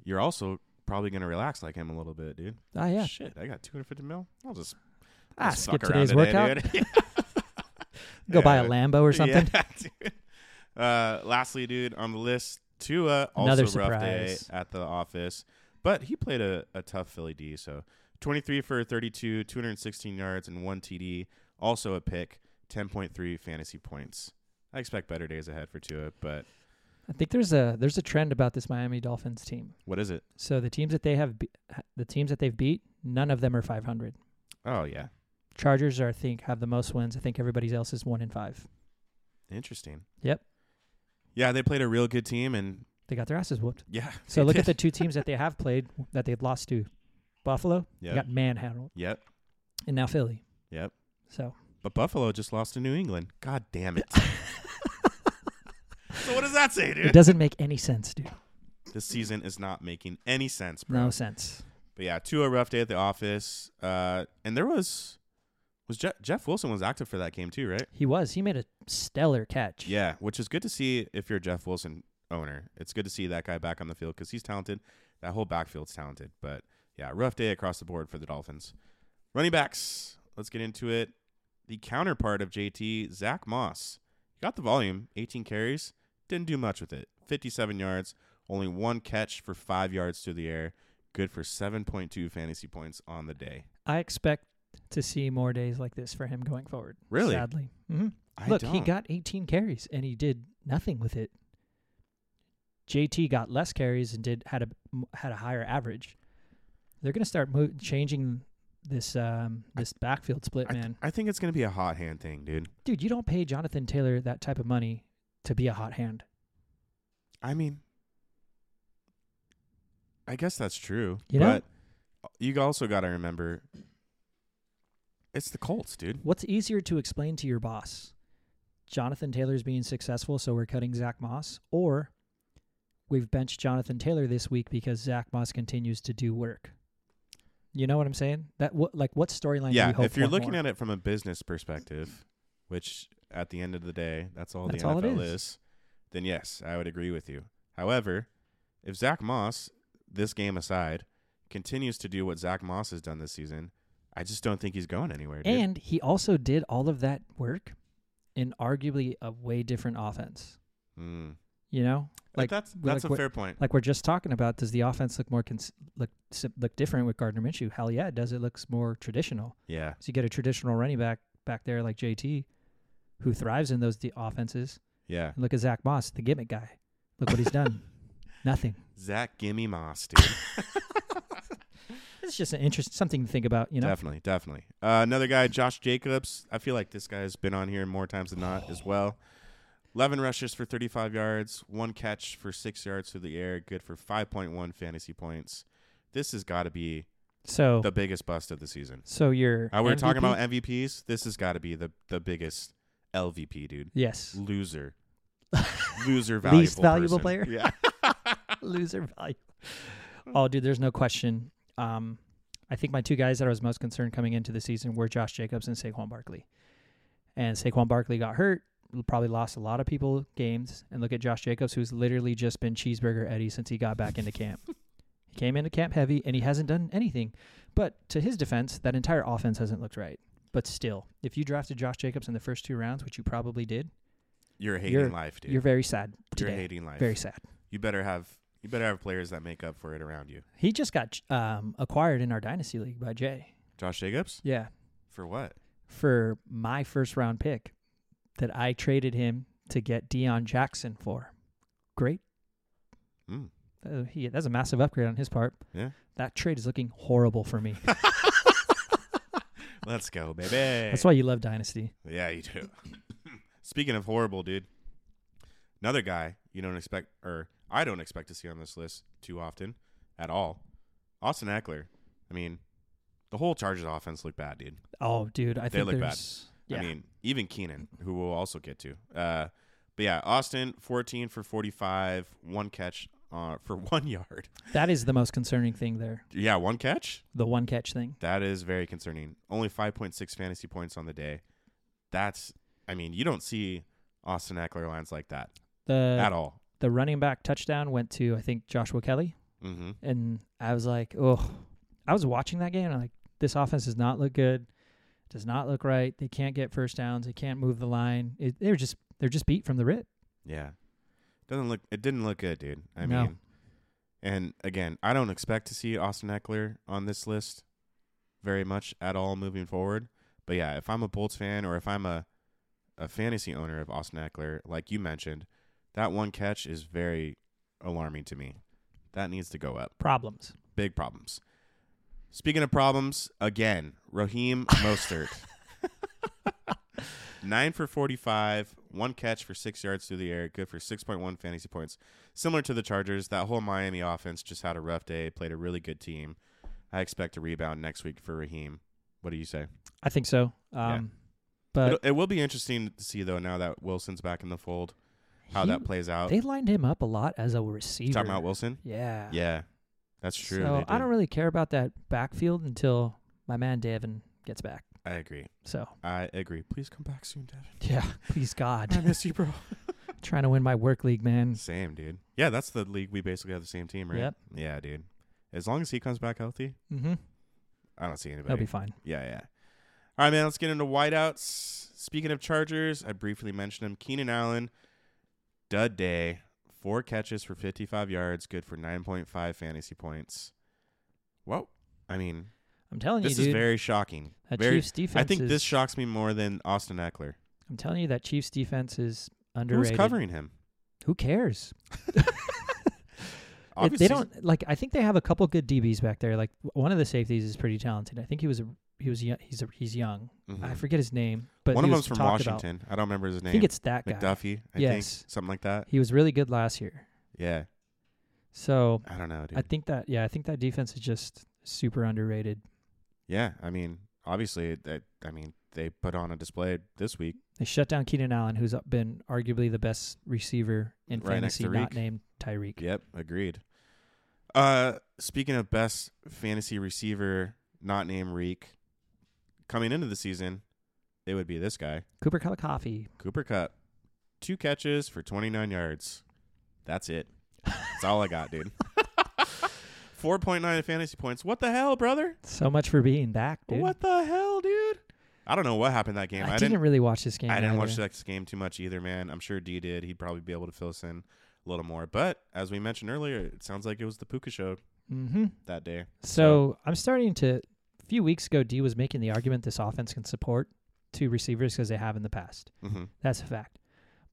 You're also probably going to relax like him a little bit, dude. Ah, yeah. Shit, I got 250 mil. I'll just I'll Ah, just skip fuck around today's today, workout. dude. Go buy a Yeah. Lambo or something. Yeah, dude. Uh, lastly, dude, on the list, Tua also Another rough day surprise. at the office, but he played a, a tough Philly D. So 23 for 32, 216 yards, and one TD. Also a pick, 10.3 fantasy points. I expect better days ahead for Tua, but I think there's a there's a trend about this Miami Dolphins team. what is it? So the teams that they have, be- ha- the teams that they've beat, none of them are 500. Oh yeah, Chargers are, I think, have the most wins. I think everybody else is one in five. interesting. Yep. Yeah, they played a real good team, and They got their asses whooped. yeah. So they look at the did. two teams that they have played that they've lost to: Buffalo, they Yep. got manhandled, Yep. and now Philly. Yep. So But Buffalo just lost to New England. God damn it. so what does that say, dude? it doesn't make any sense, dude. This season is not making any sense, bro. No sense. But yeah, two a rough day at the office. Uh, and there was was Je- Jeff Wilson was active for that game too, right? He was. He made a stellar catch. Yeah, which is good to see if you're a Jeff Wilson owner. It's good to see that guy back on the field because he's talented. That whole backfield's talented. But yeah, rough day across the board for the Dolphins. Running backs. Let's get into it. The counterpart of JT, Zach Moss. He got the volume, 18 carries, didn't do much with it. 57 yards, only one catch for five yards through the air. Good for 7.2 fantasy points on the day. I expect to see more days like this for him going forward. Really? Sadly. hmm I Look, don't. he got 18 carries and he did nothing with it. JT got less carries and did had a m- had a higher average. They're going to start mo- changing this um this backfield split, I, man. I think it's going to be a hot hand thing, dude. Dude, you don't pay Jonathan Taylor that type of money to be a hot hand. I mean, I guess that's true. You know? but you also got to remember it's the Colts, dude. What's easier to explain to your boss? Jonathan Taylor's being successful, so we're cutting Zach Moss, or we've benched Jonathan Taylor this week because Zach Moss continues to do work. You know what I'm saying? That what like what storyline? do yeah, you hope if you're for looking more? at it from a business perspective, which at the end of the day, that's all That's the all NFL it is. is. then yes, I would agree with you. However, if Zach Moss, this game aside, continues to do what Zach Moss has done this season, I just don't think he's going anywhere. Dude. and he also did all of that work in arguably a way different offense. Mm. You know, Like like that's we- that's like a what- fair point. like we're just talking about, does the offense look more cons- look si- look different with Gardner Minshew? Hell yeah, it does. It looks more traditional. yeah, So you get a traditional running back back there like JT, who thrives in those de- offenses. yeah. And look at Zach Moss, the gimmick guy. Look what he's done. Nothing. Zach, gimme Moss, dude. It's just an interest, something to think about. You know, Definitely, definitely. Uh, another guy, Josh Jacobs. I feel like this guy's been on here more times than not as well. 11 rushes for 35 yards, one catch for six yards through the air, good for 5.1 fantasy points. This has got to be so the biggest bust of the season. so you're. Uh, we were talking about MVPs. This has got to be the, the biggest LVP, dude. yes, Loser. Loser valuable. Least valuable person. player? Yeah. loser value. Oh, dude, there's no question. Um, I think my two guys that I was most concerned coming into the season were Josh Jacobs and Saquon Barkley. And Saquon Barkley got hurt, probably lost a lot of people games. And look at Josh Jacobs, who's literally just been cheeseburger Eddie since he got back into camp. he came into camp heavy, and he hasn't done anything. But to his defense, that entire offense hasn't looked right. But still, if you drafted Josh Jacobs in the first two rounds, which you probably did, You're hating You're- life, dude. you're very sad You're today. hating life. Very sad. You better have you better have players that make up for it around you. He just got um, acquired in our dynasty league by Jay. Josh Jacobs? Yeah, For what? for my first round pick that I traded him to get Deion Jackson for. Great. Mm. Uh, he, that's a massive upgrade on his part. Yeah. That trade is looking horrible for me. Let's go, baby. That's why you love Dynasty. yeah, you do. Speaking of horrible, dude, another guy you don't expect, or I don't expect to see on this list too often at all. Austin Eckler. I mean, the whole Chargers offense looked bad, dude. Oh, dude, I They think look bad. there's. Yeah. I mean, even Keenan, who we'll also get to. Uh, but yeah, Austin, 14 for 45, one catch uh, for one yard. that is the most concerning thing there. Yeah, one catch? The one catch thing. That is very concerning. Only 5.6 fantasy points on the day. That's, I mean, you don't see Austin Eckler lines like that at The all. the running back touchdown went to I think Joshua Kelly, Mm-hmm. and I was like, oh, I was watching that game. And I'm like, this offense does not look good. Does not look right. They can't get first downs. They can't move the line. It, they're just they're just beat from the rip. Yeah. Doesn't look, it didn't look good, dude. I No. mean, and again, I don't expect to see Austin Eckler on this list very much at all moving forward. But yeah, if I'm a Bolts fan or if I'm a, a fantasy owner of Austin Eckler, like you mentioned, that one catch is very alarming to me. That needs to go up. problems. big problems. Speaking of problems, again, Raheem Mostert. Nine for 45, one catch for six yards through the air, good for 6.1 fantasy points. Similar to the Chargers, that whole Miami offense just had a rough day, played a really good team. I expect a rebound next week for Raheem. What do you say? I think so. Yeah. Um, But It'll- it will be interesting to see, though, now that Wilson's back in the fold, how he- that plays out. they lined him up a lot as a receiver. Talking about Wilson? yeah. Yeah, that's true. So they I did. don't really care about that backfield until my man Devin gets back. I agree. So I agree. Please come back soon, Devin. yeah, please God, I miss you, bro. trying to win my work league, man. Same, dude. Yeah, that's the league. We basically have the same team, right? Yep. Yeah, dude. As long as he comes back healthy, Mm-hmm. I don't see That'll anybody. be fine. yeah, yeah. All right, man. Let's get into whiteouts. Speaking of Chargers, I briefly mentioned him. Keenan Allen, dud day. Four catches for 55 yards, good for 9.5 fantasy points. Well, I mean, I'm telling this you, is dude. very shocking. that very- Chiefs defense. I think is, this shocks me more than Austin Eckler. I'm telling you that Chiefs defense is underrated. Who's covering him? Who cares? It- Obviously, they don't like. I think they have a couple good DBs back there. Like w- one of the safeties is pretty talented. I think he was a, he was young, he's a, he's young. mhm. I forget his name, but One he of was them's from talked about. Washington. I don't remember his name. I think it's that guy. McDuffie, I Yes. think, something like that. He was really good last year. Yeah, So I don't know, dude. I think that yeah, I think that defense is just super underrated. yeah, I mean, obviously, that I mean, they put on a display this week. They shut down Keenan Allen, who's up- been arguably the best receiver in Right next fantasy, to not Reek. named Tyreek. Yep, agreed. Uh, speaking of best fantasy receiver, not named Reek, coming into the season, it would be this guy, Cooper Kalakafi. Cooper Cup, two catches for 29 yards. That's it. That's all I got, dude. 4.9 fantasy points. What the hell, brother? So much for being back, dude. What the hell, dude? I don't know what happened that game. I, didn't, really watch this game. I didn't watch either. this game too much either, man. I'm sure D did. He'd probably be able to fill us in a little more. But as we mentioned earlier, it sounds like it was the Puka show Mm-hmm. that day. So I'm starting to. A few weeks ago, D was making the argument this offense can support two receivers because they have in the past. Mm-hmm. That's a fact.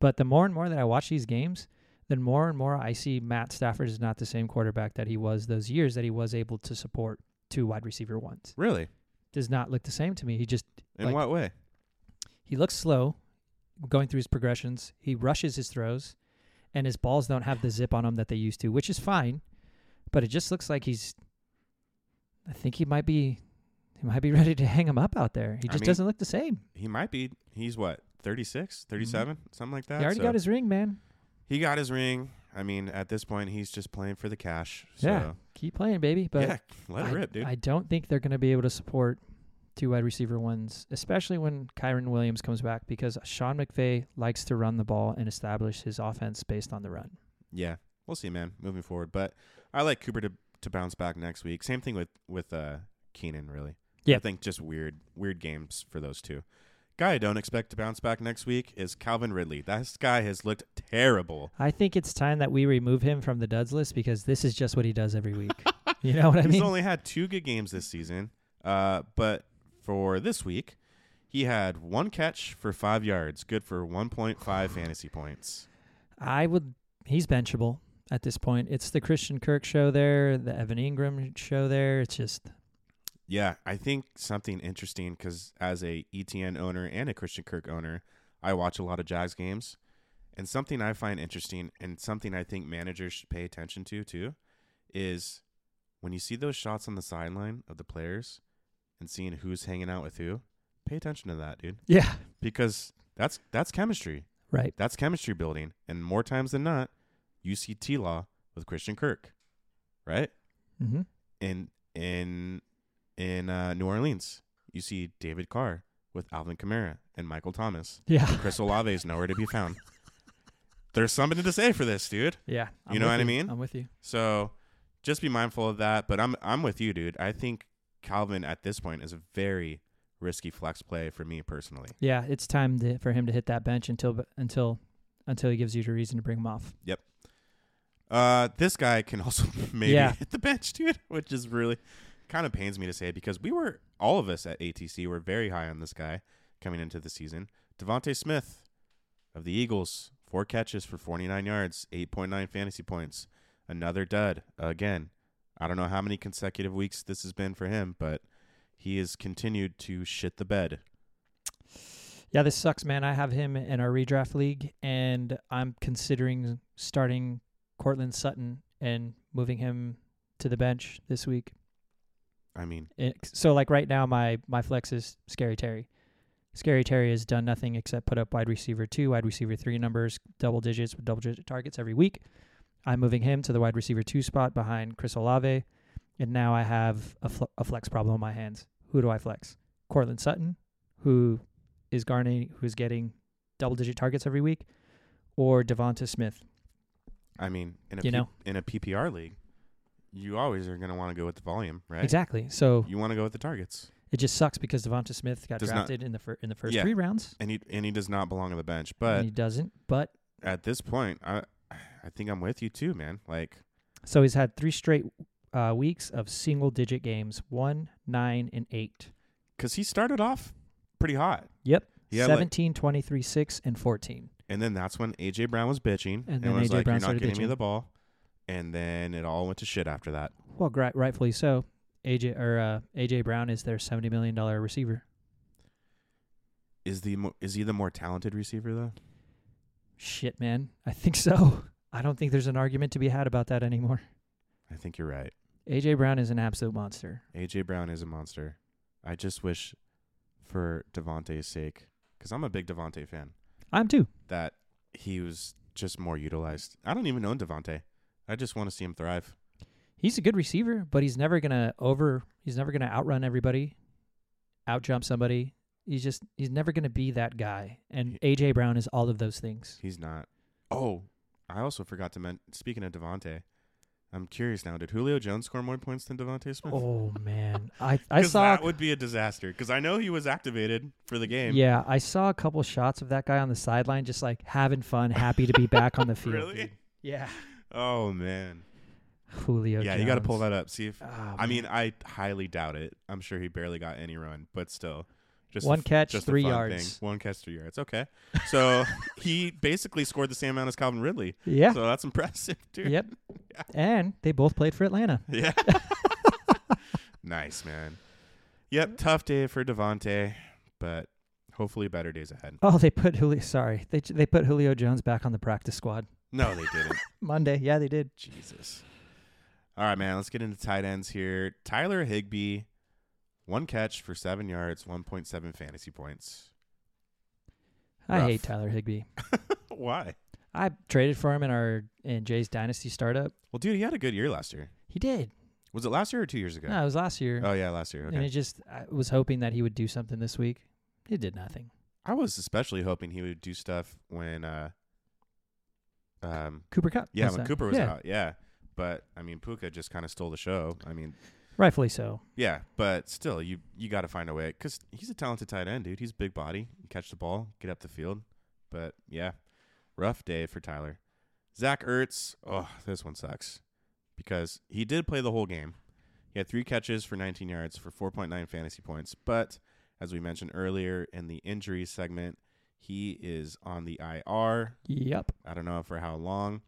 But the more and more that I watch these games, then more and more I see Matt Stafford is not the same quarterback that he was those years that he was able to support two wide receiver ones. Really? Does not look the same to me. He just In Like- what way? he looks slow going through his progressions. He rushes his throws, and his balls don't have the zip on them that they used to, which is fine. But it just looks like he's. I think he might be. He might be ready to hang him up out there. He I just mean, doesn't look the same. He might be. He's what, 36, 37, something like that. Mm-hmm. He already So got his ring, man. he got his ring. I mean, at this point, he's just playing for the cash. So, Yeah, Keep playing, baby. But yeah, let it I, rip, dude. I don't think they're going to be able to support two wide receiver ones, especially when Kyron Williams comes back, because Sean McVay likes to run the ball and establish his offense based on the run. yeah, we'll see, man, moving forward. But I like Cooper to, to bounce back next week. Same thing with, with uh, Keenan, really. Yeah. I think just weird, weird games for those two. Guy I don't expect to bounce back next week is Calvin Ridley. That guy has looked terrible. I think it's time that we remove him from the duds list because this is just what he does every week. you know what I He's mean? only had two good games this season, uh, but for this week, he had one catch for five yards, good for 1.5 fantasy points. I would. He's benchable at this point. It's the Christian Kirk show there, the Evan Ingram show there. It's just Yeah, I think something interesting because as a ETN owner and a Christian Kirk owner, I watch a lot of Jags games, and something I find interesting and something I think managers should pay attention to too is when you see those shots on the sideline of the players and seeing who's hanging out with who. Pay attention to that, dude, yeah, because that's that's chemistry. right. That's chemistry building, and more times than not, you see T Law with Christian Kirk, right? Mm-hmm. in in in uh, New Orleans. You see David Carr with Alvin Kamara and Michael Thomas. Yeah, Chris Olave is nowhere to be found. There's something to say for this, dude. yeah. You know with what I mean? I'm with you. So just be mindful of that. But I'm I'm with you, dude. I think Calvin at this point is a very risky flex play for me personally. Yeah, it's time to, for him to hit that bench until until until he gives you a reason to bring him off. Uh, this guy can also maybe Yeah. hit the bench, dude, which is really kind of pains me to say because we were all of us at ATC were very high on this guy coming into the season. Devonte Smith of the Eagles, four catches for 49 yards, 8.9 fantasy points, another dud again. I don't know how many consecutive weeks this has been for him, but he has continued to shit the bed. Yeah, this sucks, man. I have him in our redraft league, and I'm considering starting Cortland Sutton and moving him to the bench this week. I mean, It, Eh, so, like right now, my my flex is Scary Terry. Scary Terry has done nothing except put up wide receiver two, wide receiver three numbers, double digits with double digit targets every week. I'm moving him to the wide receiver two spot behind Chris Olave, and now I have a, fl- a flex problem on my hands. Who do I flex? Cortland Sutton, who is garnering, who's getting double digit targets every week, or Devonta Smith? I mean, in a You P- know. in a PPR league, you always are going to want to go with the volume, right? Exactly. So You want to go with the targets. it just sucks because Devonta Smith got Does not- drafted in the fir- in the first Yeah. three rounds, and he and he does not belong on the bench. and But he doesn't. But at this point, I I think I'm with you too, man. Like So he's had three straight uh, weeks of single digit games one, nine, and eight. because he started off pretty hot, Yep. Yeah, like- seventeen, twenty-three, 6, and 14. and then that's when AJ Brown was bitching And and, then was A.J. like, Brown "You're not started getting me bitching. the ball," and then it all went to shit after that. Well, gri- rightfully so. AJ or uh, AJ Brown is their $70 million receiver. Is the mo- is he the more talented receiver though? Shit, man. I think so. I don't think there's an argument to be had about that anymore. I think you're right. AJ Brown is an absolute monster. AJ Brown is a monster. I just wish for Devontae's sake, because I'm a big Devontae fan, I'm too. that he was just more utilized. I don't even own Devontae. I just want to see him thrive. He's a good receiver, but he's never gonna over. He's never gonna outrun everybody, outjump somebody. He's just he's never gonna be that guy. And AJ Brown is all of those things. He's not. Oh, I also forgot to mention. Speaking of Devontae, I'm curious now. Did Julio Jones score more points than Devontae Smith? Oh man, I I 'Cause saw that would be a disaster. Because I know he was activated for the game. yeah I saw a couple shots of that guy on the sideline, just like having fun, happy to be back on the field. Really? Yeah, Oh man. Julio. yeah, you got to pull Jones. that up. See if. Oh, I mean, I highly doubt it. I'm sure he barely got any run, but still, just a One f- catch, just a three fun yards. Thing. One catch, three yards. Okay, so he basically scored the same amount as Calvin Ridley. yeah. So that's impressive, dude. Yep. And they both played for Atlanta. Yeah. nice, man. Yep, tough day for Devontae, but hopefully better days ahead. Oh, they put Julio. Sorry, they they put Julio Jones back on the practice squad No, they didn't. Monday. Yeah, they did. Jesus. All right, man. Let's get into tight ends here. Tyler Higbee, one catch for seven yards, 1.7 fantasy points. I Rough. hate Tyler Higbee. Why? I traded for him in our in Jay's dynasty startup. Well, dude, he had a good year last year. He did. Was it last year or two years ago? No, it was last year, Oh yeah, last year. and Okay. it just I was hoping that he would do something this week. He did nothing. I was especially hoping he would do stuff when, uh, um, Cooper Cup. yeah, was when out. Cooper was Yeah, out. Yeah, but I mean, Puka just kind of stole the show. I mean, rightfully so. yeah, but still, you you got to find a way because he's a talented tight end, dude. He's big body, He can catch the ball, get up the field. But yeah, rough day for Tyler. Zach Ertz. Oh, this one sucks because he did play the whole game. He had three catches for 19 yards for 4.9 fantasy points. But as we mentioned earlier in the injury segment, he is on the IR. Yep. I don't know for how long.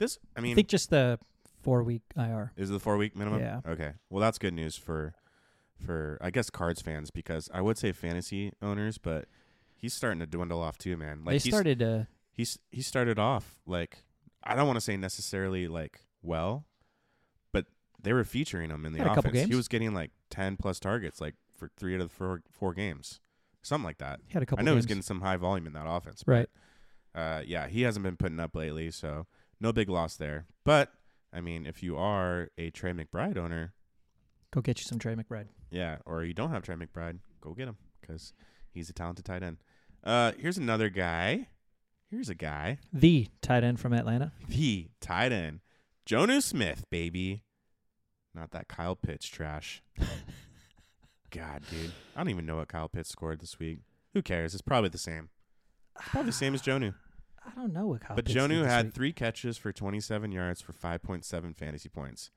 This, I I mean, think just the four week IR. is it the four week minimum? Yeah. Okay. Well, that's good news for for I guess cards fans because I would say fantasy owners, but he's starting to dwindle off too, man. Like they he's, started. Uh, he's he started off like I don't want to say necessarily like well, but they were featuring him in the Had a offense. couple He games. was getting like ten plus targets, like for three out of the four four games, something like that. he had a couple. I know games. he's getting some high volume in that offense. but right. uh, yeah, he hasn't been putting up lately, so no big loss there. But I mean, if you are a Trey McBride owner, Go get you some Trey McBride. yeah, or you don't have Trey McBride, go get him because he's a talented tight end. Uh, here's another guy. Here's a guy, The tight end from Atlanta. the tight end, Jonu Smith, baby. Not that Kyle Pitts trash. God, dude, I don't even know what Kyle Pitts scored this week. Who cares? It's probably the same. It's probably the same as Jonu. I don't know what Kyle But Pitts did Jonu this had week. three catches for 27 yards for 5.7 fantasy points.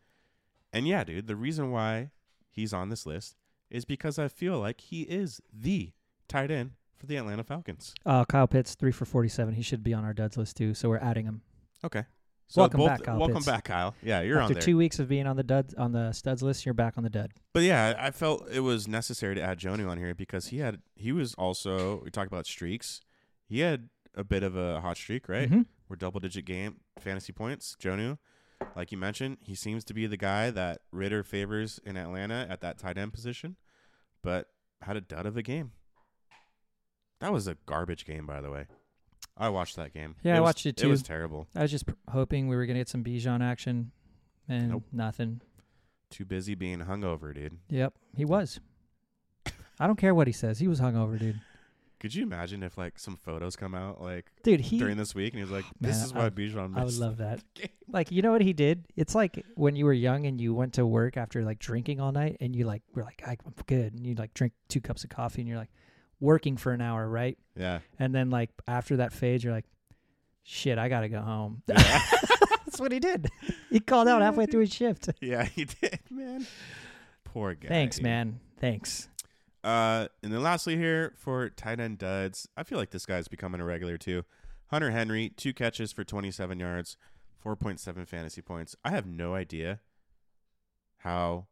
And yeah, dude, the reason why he's on this list is because I feel like he is the tight end for the Atlanta Falcons. Uh, Kyle Pitts, three for 47. He should be on our duds list too, so we're adding him. Okay. So Welcome both, back, Kyle Welcome Pitts. back, Kyle. Yeah, you're After on there. two weeks of being on the duds on the studs list, you're back on the dud. But yeah, I I felt it was necessary to add Jonu on here because he had he was also we talked about streaks. He had a bit of a hot streak, right? Mhm. We're double digit game fantasy points. Jonu, like you mentioned, he seems to be the guy that Ritter favors in Atlanta at that tight end position, but had a dud of a game. That was a garbage game, by the way. I watched that game. Yeah, I was- watched it It was too. terrible. I was just pr- hoping we were gonna get some Bijan action, and Nope. nothing. Too busy being hungover, dude. Yep, he was. I don't care what he says. He was hungover, dude. Could you imagine if like some photos come out like Dude, he. Oh, during this week, and he's like, "This Man, is why I- Bijan I would missed." love that. game. Like, you know what he did? It's like when you were young and you went to work after like drinking all night, and you like were like, "I'm good," and you like drink two cups of coffee, and you're like working for an hour, right? Yeah, And then like after that phase, you're like, shit, I gotta go home. Yeah. That's what he did. He called out halfway through his shift. yeah, he did, man. Poor guy. Thanks, man. Thanks. Uh, and then lastly, here for tight end duds, I feel like this guy's becoming a regular too. Hunter Henry, two catches for 27 yards, 4.7 fantasy points. I have no idea how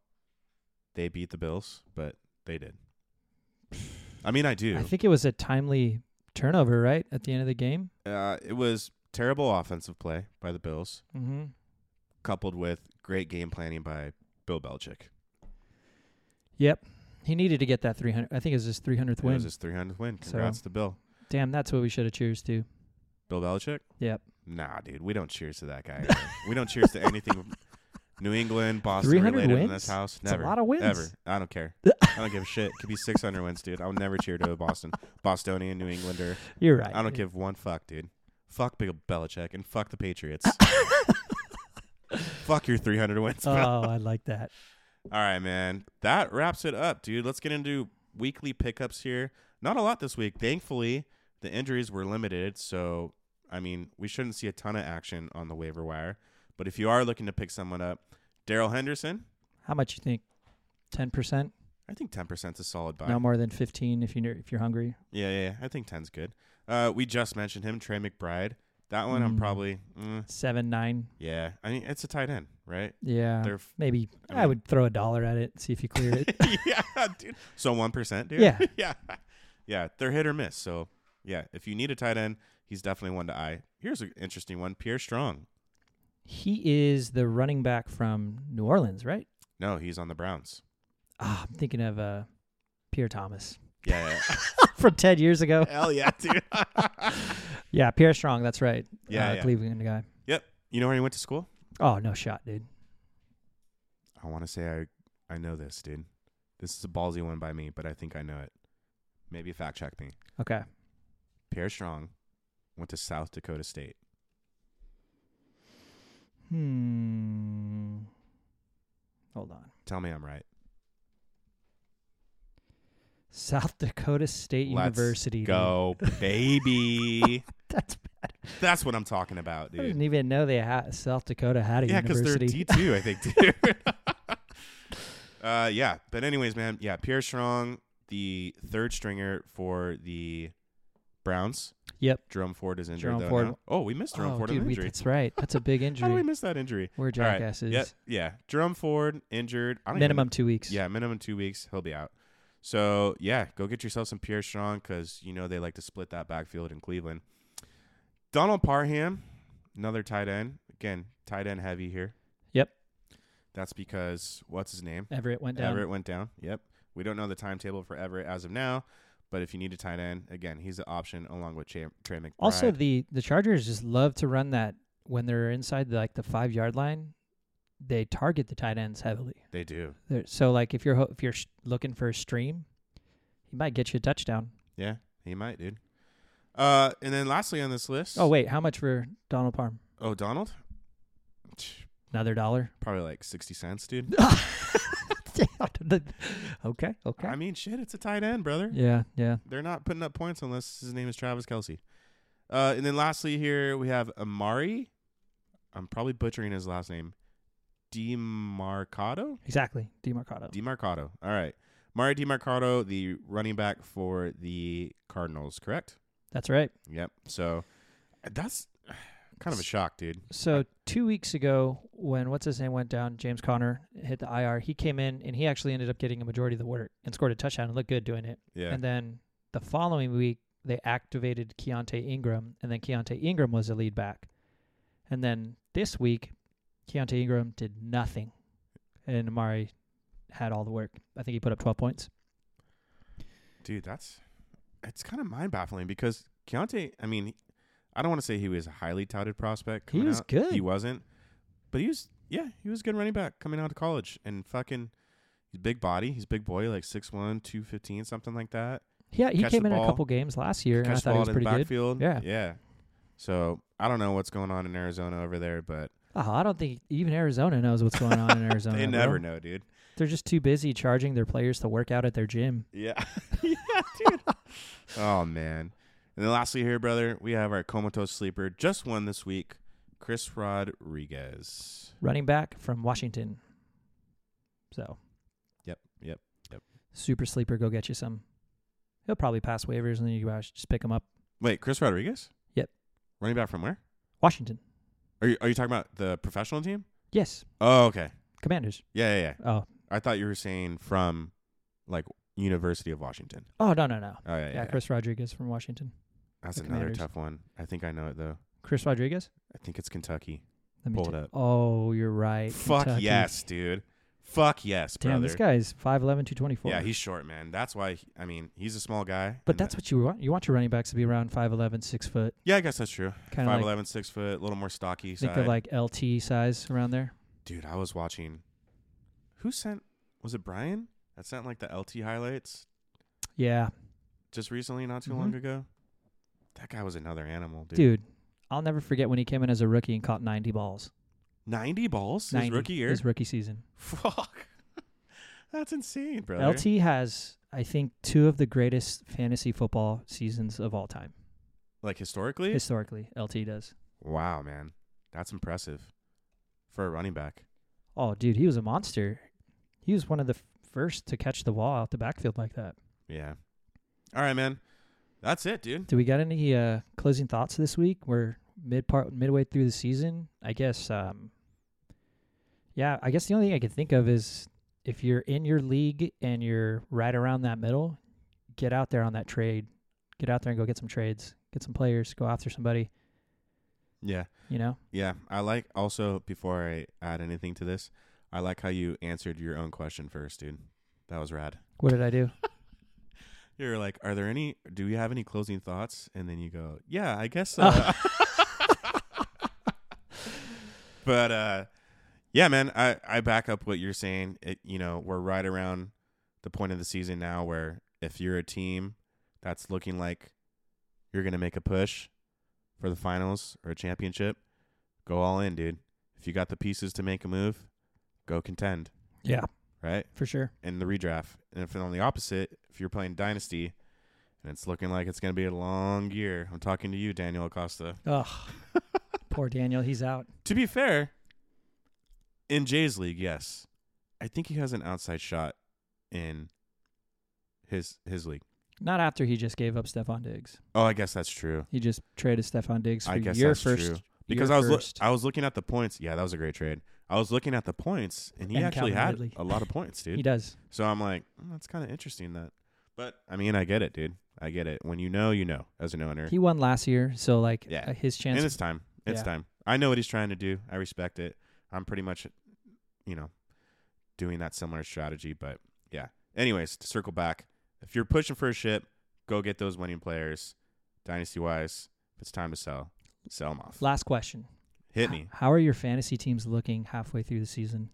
they beat the Bills, but they did. I mean, I do. I think it was a timely turnover, right? At the end of the game. uh, it was terrible offensive play by the Bills, Mm-hmm. coupled with great game planning by Bill Belichick. Yep. He needed to get that 300. I think it was his 300th It win. was his 300th win. So- Congrats to Bill. Damn, that's what we should have cheers to. Bill Belichick? Yep. Nah, dude, we don't cheers to that guy. man. we don't cheers to anything New England, Boston 300 related in wins? this house. It's a Never. lot of wins. Ever. I don't care. I don't give a shit. Could be 600 wins, dude. I'll never cheer to a Boston, Bostonian, New Englander. You're right. I don't give one fuck, dude. Fuck Bill Belichick and fuck the Patriots. fuck your 300 wins. Oh, Bill. I like that. All right, man. That wraps it up, dude. Let's get into weekly pickups here. Not a lot this week. Thankfully, the injuries were limited. So, I mean, we shouldn't see a ton of action on the waiver wire. But if you are looking to pick someone up, Daryl Henderson, How much you think? 10%? I think 10% is a solid buy. No more than 15 if you're if you're hungry. Yeah, yeah, yeah. I think 10's good. Uh, we just mentioned him, Trey McBride. That one, I'm Mm. probably, mm, 7 9. yeah. I mean, it's a tight end, right? Yeah. They're, f- Maybe I I, mean- would throw a dollar at it, see if you clear it. yeah, dude. So one percent, dude. Yeah. yeah, yeah. They're hit or miss. So yeah, if you need a tight end, he's definitely one to eye. Here's an interesting one: Pierre Strong. he is the running back from New Orleans, right? No, he's on the Browns. Ah, I'm thinking of uh, Pierre Thomas Yeah, from 10 years ago. yeah. hell yeah, dude. Uh, Yeah, Pierre Strong, that's right. Yeah, uh, yeah. Cleveland guy. you know where he went to school? Oh, no shot, dude. I want to say I I know this, dude. This is a ballsy one by me, but I think I know it. Maybe fact check me. Okay. Pierre Strong went to South Dakota State. Hmm. Hold on. Tell me I'm right. South Dakota State Let's University. dude. Go, baby. That's That's what I'm talking about, I dude. didn't even know they had South Dakota had a yeah, because they're university. D two, I think, dude. uh, yeah, but anyways, man, yeah, Pierre Strong, the third stringer for the Browns. Yep. Jerome Ford is injured. Jerome though, Ford- now. Oh, we missed Jerome oh, Ford on dude, the we- injury. that's right. That's a big How did we injury. miss that injury? All We're right, jackasses. Yep. Yeah. Jerome Ford injured. I don't even- Minimum two weeks. yeah, minimum two weeks. He'll be out. So yeah, go get yourself some Pierre Strong because you know they like to split that backfield in Cleveland. Donald Parham, another tight end. Again, tight end heavy here. Yep. That's because what's his name? Everett went down. Everett went down. Yep. We don't know the timetable for Everett as of now, but if you need a tight end, again, he's the option along with Cha- Trey McBride. Also, the the Chargers just love to run that when they're inside like the five yard line. They target the tight ends heavily. they do. They're, so, like if you're ho- if you're sh- looking for a stream, he might get you a touchdown. Yeah, he might, dude. Uh, and then lastly on this list, Oh wait, how much for Donald Parm? oh Donald, Another dollar. probably like sixty cents, dude. okay. Okay. I mean, shit, it's a tight end, brother. yeah. Yeah. They're not putting up points unless his name is Travis Kelsey. Uh, and then lastly, here we have Amari. I'm probably butchering his last name. Demarcado? Exactly. Demarcado. Demarcado. All right. Amari Demarcado, the running back for the Cardinals, correct? That's right. Yep. So that's kind of a shock, dude. So two weeks ago, when what's his name went down, James Conner hit the IR. He came in and he actually ended up getting a majority of the work and scored a touchdown and looked good doing it. Yeah. And then the following week, they activated Keontae Ingram, and then Keontae Ingram was the lead back. And then this week, Keontae Ingram did nothing, and Amari had all the work. I think he put up 12 points. Dude, that's it's kind of mind baffling because Keontae, I mean, I don't want to say he was a highly touted prospect. He coming was out. good. He wasn't. But he was yeah, he was a good running back coming out of college and fucking he's big body, he's big boy, like 6'1", 215, something like that. Yeah, he Catch came the in a ball. couple games last year, and I Catch the thought he ball was in the pretty good. backfield. Yeah. Yeah. So I don't know what's going on in Arizona over there, but Oh, I don't think even Arizona knows what's going on in Arizona. they bro. never know, dude. They're just too busy charging their players to work out at their gym. Yeah. yeah, dude. oh man. And then lastly here, brother, we have our comatose sleeper, just one this week, Chris Rodriguez. Running back from Washington. So, Yep, yep, yep. super sleeper, go get you some. He'll probably pass waivers and then you guys just pick him up. Wait, Chris Rodriguez? Yep. Running back from where? Washington. Are you are you talking about the professional team? Yes. Oh, okay. Commanders. Yeah, yeah, yeah. Oh. I thought you were saying from like University of Washington. Oh, no, no, no. Oh yeah, yeah. Yeah, yeah. Chris Rodriguez from Washington. That's the another Commanders. tough one. I think I know it though. Chris Rodriguez? I think it's Kentucky. Let Pull it ta- up. Oh, you're right. Fuck Kentucky. yes, dude. Fuck yes, Damn, brother. this guy's 5'11", 224. yeah, he's short, man. That's why. he- I mean, he's a small guy. But and that's that- what you want. You want your running backs to be around 5'11", 6 foot. yeah, I guess that's true. Kind of Five like, eleven, six foot, a little more stocky think side. of like LT size around there. Dude, I was watching. Who sent? Was it Brian that sent like the LT highlights Yeah. just recently, not too Mhm. long ago? That guy was another animal, dude. Dude, I'll never forget when he came in as a rookie and caught 90 balls. Ninety balls 90, his rookie year. His rookie season. Fuck, that's insane, brother. LT has, I think, two of the greatest fantasy football seasons of all time. Like historically, Historically, LT does. wow, man, that's impressive for a running back. Oh, dude, he was a monster. He was one of the f- first to catch the ball out the backfield like that. Yeah. All right, man. That's it, dude. Do we got any uh, closing thoughts this week? We're mid part, midway through the season. I guess. Um, yeah, I guess the only thing I can think of is if you're in your league and you're right around that middle, get out there on that trade. Get out there and go get some trades. Get some players. Go after somebody. Yeah. You know. Yeah. I like also before I add anything to this, I like how you answered your own question first, dude. That was rad. What did I do? You were like, "Are there any? Do we have any closing thoughts?" And then you go, "Yeah, I guess." Uh. Oh. but uh, yeah, man, I I back up what you're saying. It, you know, we're right around the point of the season now where if you're a team that's looking like you're gonna make a push for the finals or a championship, go all in, dude. If you got the pieces to make a move, go contend, yeah, right? for sure. in the redraft. And if on the opposite, if you're playing Dynasty and it's looking like it's going to be a long year, I'm talking to you, Daniel Acosta. Ugh, poor Daniel. He's out. To be fair, in Jay's league, yes, I think he has an outside shot in his his league. Not after he just gave up Stephon Diggs. Oh, I guess that's true. He just traded Stephon Diggs for I guess your that's first. true. Because your I was loo- first. I was looking at the points. Yeah, that was a great trade. I was looking at the points, and he And actually Calvin had Ridley. a lot of points, dude. he does. So I'm like, "Mm, that's kind of interesting that. But I mean, I get it, dude. I get it. When you know, you know. As an owner, He won last year, so like Yeah. uh, his chance. And it's time. It's Yeah. time. I know what he's trying to do. I respect it. I'm pretty much, you know, doing that similar strategy. But yeah. Anyways, to circle back, if you're pushing for a ship, go get those winning players, dynasty wise. If it's time to sell, sell them off. last question. Hit me. How are your fantasy teams looking halfway through the season?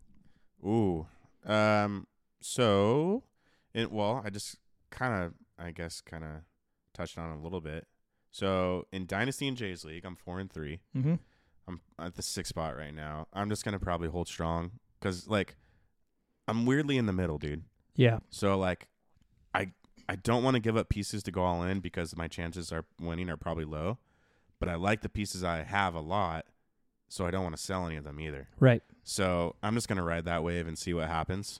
Ooh. Um. So, it, well, I just kind of, I guess, kind of touched on it a little bit. So in Dynasty and Jay's League, I'm four and three. Mm-hmm. I'm at the sixth spot right now. I'm just gonna probably hold strong because like I'm weirdly in the middle, dude. Yeah, So like I I don't want to give up pieces to go all in because my chances are winning are probably low, but I like the pieces I have a lot, so I don't want to sell any of them either. right. So I'm just gonna ride that wave and see what happens.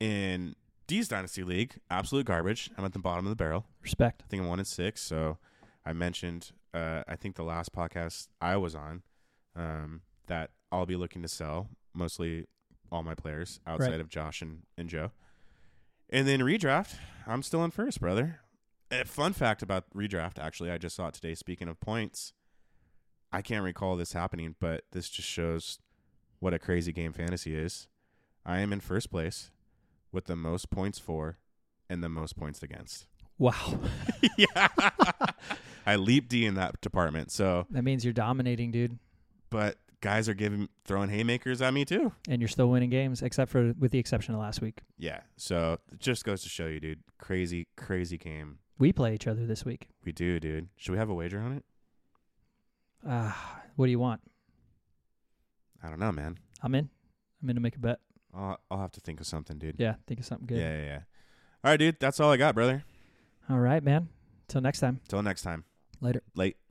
In D's Dynasty League, absolute garbage. I'm at the bottom of the barrel. Respect. I think I'm one and six. So I mentioned, uh, I think the last podcast I was on, um, that I'll be looking to sell mostly all my players outside of Josh and, and Joe. And then redraft, I'm still in first, brother. A fun fact about redraft, actually, I just saw it today. Speaking of points, I can't recall this happening, but this just shows what a crazy game fantasy is. I am in first place with the most points for and the most points against Wow, yeah. I leap D in that department. So, that means you're dominating, dude, but guys are giving throwing haymakers at me too. and you're still winning games, except for with the exception of last week. Yeah. So it just goes to show you, dude. Crazy, crazy game. We play each other this week. We do, dude. Should we have a wager on it? Ah, what do you want? I don't know, man. I'm in. I'm in to make a bet. I'll, I'll have to think of something, dude. Yeah, think of something good. yeah, yeah, yeah. All right, dude. That's all I got, brother. All right, man. Till next time. Till next time. Later. Late.